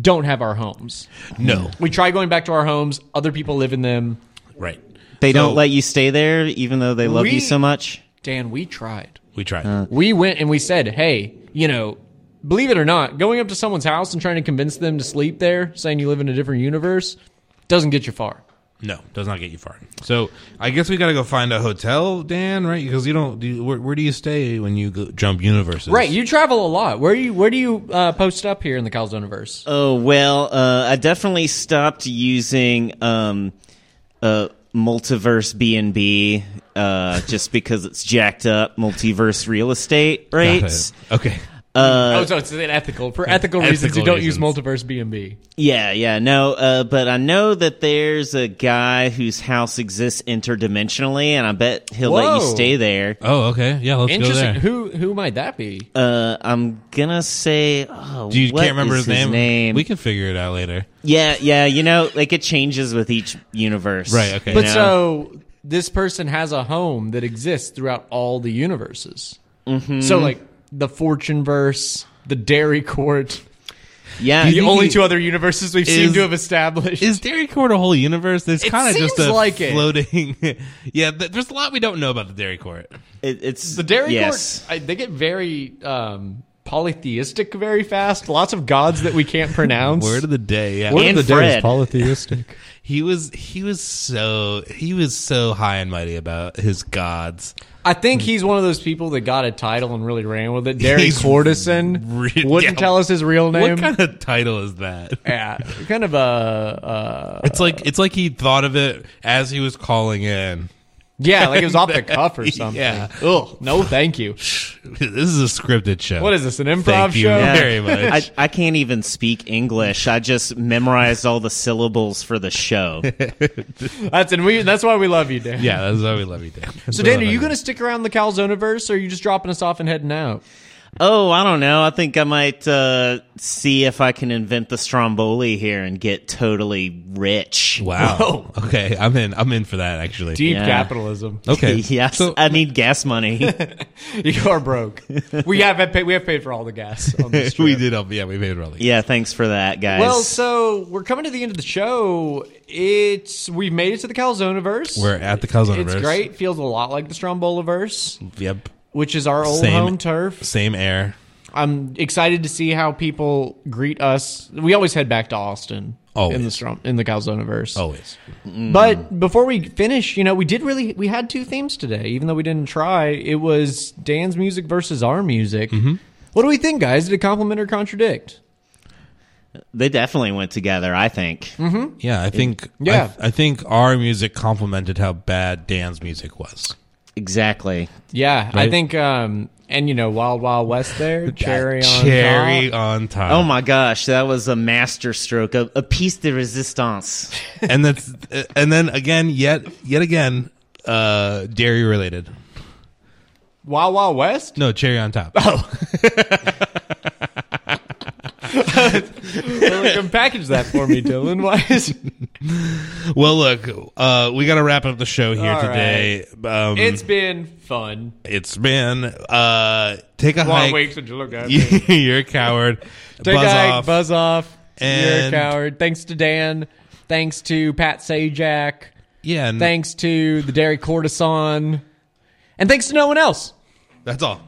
[SPEAKER 3] don't have our homes.
[SPEAKER 2] No,
[SPEAKER 3] We try going back to our homes, other people live in them.
[SPEAKER 2] right.
[SPEAKER 4] They
[SPEAKER 2] So-
[SPEAKER 4] don't let you stay there, even though they love
[SPEAKER 3] We-
[SPEAKER 4] you so much.
[SPEAKER 3] Dan, we tried.
[SPEAKER 2] We tried.
[SPEAKER 3] We went and we said, "Hey, you know, believe it or not, going up to someone's house and trying to convince them to sleep there, saying you live in a different universe, doesn't get you far."
[SPEAKER 2] no, does not get you far. So I guess we got to go find a hotel, Dan. Right? Because you don't. Do you, where, where do you stay when you go, jump universes?
[SPEAKER 3] Right, you travel a lot. Where you where do you uh, post up here in the Calzoniverse?
[SPEAKER 4] Oh well, uh, I definitely stopped using um, uh, multiverse B and B uh, just because it's jacked up multiverse real estate
[SPEAKER 2] Got it.
[SPEAKER 4] rates.
[SPEAKER 2] Okay.
[SPEAKER 4] Uh,
[SPEAKER 3] oh, so it's an ethical for ethical, reasons you
[SPEAKER 2] ethical
[SPEAKER 3] don't use
[SPEAKER 2] reasons.
[SPEAKER 3] multiverse B and B.
[SPEAKER 4] Yeah, yeah, no, uh, but I know that there's a guy whose house exists interdimensionally, and I bet he'll let
[SPEAKER 3] Whoa.
[SPEAKER 4] you stay there.
[SPEAKER 2] Oh, okay. Yeah, let's go
[SPEAKER 3] Interesting.
[SPEAKER 2] there.
[SPEAKER 3] Who who might that be?
[SPEAKER 4] Uh, I'm gonna say, oh,
[SPEAKER 2] Do you
[SPEAKER 4] what
[SPEAKER 2] can't remember
[SPEAKER 4] is
[SPEAKER 2] his name? We can figure it out later.
[SPEAKER 4] yeah, yeah, you know, like it changes with each universe,
[SPEAKER 2] Right, okay.
[SPEAKER 4] you
[SPEAKER 3] But
[SPEAKER 4] know?
[SPEAKER 3] so this person has a home that exists throughout all the universes. So like the Fortune verse, the Dairy Court,
[SPEAKER 4] yeah,
[SPEAKER 3] the
[SPEAKER 2] think
[SPEAKER 3] only
[SPEAKER 2] he-
[SPEAKER 3] two other universes we've seemed
[SPEAKER 2] Is-
[SPEAKER 3] to have established.
[SPEAKER 2] Is Dairy Court a whole universe? There's
[SPEAKER 3] It
[SPEAKER 2] kind of just
[SPEAKER 3] seems
[SPEAKER 2] a
[SPEAKER 3] like it.
[SPEAKER 2] floating. yeah, th- there's a lot we don't know about the Dairy Court.
[SPEAKER 4] it, it's
[SPEAKER 3] the Dairy
[SPEAKER 4] yes.
[SPEAKER 3] Court? I, they get very um, polytheistic very fast. Lots of gods that we can't pronounce.
[SPEAKER 2] Word of the day. Yeah,
[SPEAKER 4] Word of And the day is Fred.
[SPEAKER 3] polytheistic.
[SPEAKER 2] he was he was so he was so high and mighty about his gods.
[SPEAKER 3] I think he's one of those people that got a title and really ran with it. Derek
[SPEAKER 2] He's
[SPEAKER 3] Cordison
[SPEAKER 2] re-
[SPEAKER 3] wouldn't
[SPEAKER 2] yeah.
[SPEAKER 3] tell us his real name.
[SPEAKER 2] What kind of title is that?
[SPEAKER 3] yeah, kind of a uh,
[SPEAKER 2] It's like it's like he thought of it as he was calling in.
[SPEAKER 3] yeah, like it was off the cuff or something.
[SPEAKER 2] Yeah.
[SPEAKER 3] Ugh, no, thank you.
[SPEAKER 2] This is a scripted show.
[SPEAKER 3] What is this, an improv
[SPEAKER 2] Thank you
[SPEAKER 3] show?
[SPEAKER 4] Yeah.
[SPEAKER 2] very much.
[SPEAKER 4] I, I can't even speak English. I just memorized all the syllables for the show.
[SPEAKER 3] That's and we. That's why we love you, Dan.
[SPEAKER 2] yeah, that's why we love you, Dan.
[SPEAKER 3] So, Dan, are you going to stick around the Calzoniverse, or are you just dropping us off and heading out?
[SPEAKER 4] Oh, I don't know. I think I might uh, see if I can invent the Stromboli here and get totally rich.
[SPEAKER 2] Wow. Okay, I'm in. I'm in for that actually.
[SPEAKER 3] Deep
[SPEAKER 4] Yeah.
[SPEAKER 3] capitalism.
[SPEAKER 2] okay.
[SPEAKER 4] yes,
[SPEAKER 2] So-
[SPEAKER 4] I need gas money.
[SPEAKER 3] You are broke. we have had paid, we have paid for all the gas. On this
[SPEAKER 2] we
[SPEAKER 3] trip.
[SPEAKER 2] did. Help, yeah, we made it all.
[SPEAKER 4] yeah, thanks for that, guys.
[SPEAKER 3] Well, so we're coming to the end of the show. It's we've made it to the Calzoniverse.
[SPEAKER 2] We're at the Calzone
[SPEAKER 3] It's great. Feels a lot like the Stromboliverse,
[SPEAKER 2] Yep.
[SPEAKER 3] which is our old
[SPEAKER 2] Same.
[SPEAKER 3] home turf.
[SPEAKER 2] Same air.
[SPEAKER 3] I'm excited to see how people greet us. We always head back to Austin. in the
[SPEAKER 2] Always. Oh.
[SPEAKER 3] Strom- in the Calzoniverse.
[SPEAKER 2] Always.
[SPEAKER 3] But before we finish, you know, we did really we had two themes today, even though we didn't try. It was Dan's music versus our music.
[SPEAKER 2] Mm-hmm.
[SPEAKER 3] What do we think, guys? Did it compliment or contradict?
[SPEAKER 4] they definitely went together. I think.
[SPEAKER 2] Yeah, I think.
[SPEAKER 3] Yeah.
[SPEAKER 2] I, I think our music complemented how bad Dan's music was.
[SPEAKER 4] Exactly.
[SPEAKER 3] Yeah, I
[SPEAKER 2] Right.
[SPEAKER 3] think. um And you know, Wild Wild West there, cherry on
[SPEAKER 2] Cherry
[SPEAKER 3] top.
[SPEAKER 2] on top.
[SPEAKER 4] Oh my gosh, that was a masterstroke, a, a piece de resistance.
[SPEAKER 2] and that's and then again, yet yet again, uh, dairy related.
[SPEAKER 3] Wild Wild West.
[SPEAKER 2] No, cherry on top. Oh,
[SPEAKER 3] come package that for me, Dylan. Why is
[SPEAKER 2] well, look, uh, we got to wrap up the show here
[SPEAKER 3] All
[SPEAKER 2] today. Um,
[SPEAKER 3] it's been fun.
[SPEAKER 2] it's been uh, take a
[SPEAKER 3] Long
[SPEAKER 2] hike.
[SPEAKER 3] week since you look at me.
[SPEAKER 2] You're a coward.
[SPEAKER 3] Take
[SPEAKER 2] buzz
[SPEAKER 3] a hike,
[SPEAKER 2] off.
[SPEAKER 3] buzz off.
[SPEAKER 2] And-
[SPEAKER 3] You're a coward. Thanks to Dan. Thanks to Pat Sajak.
[SPEAKER 2] Yeah.
[SPEAKER 3] thanks to the Dairy Courtesan. And thanks to no one else.
[SPEAKER 2] That's all.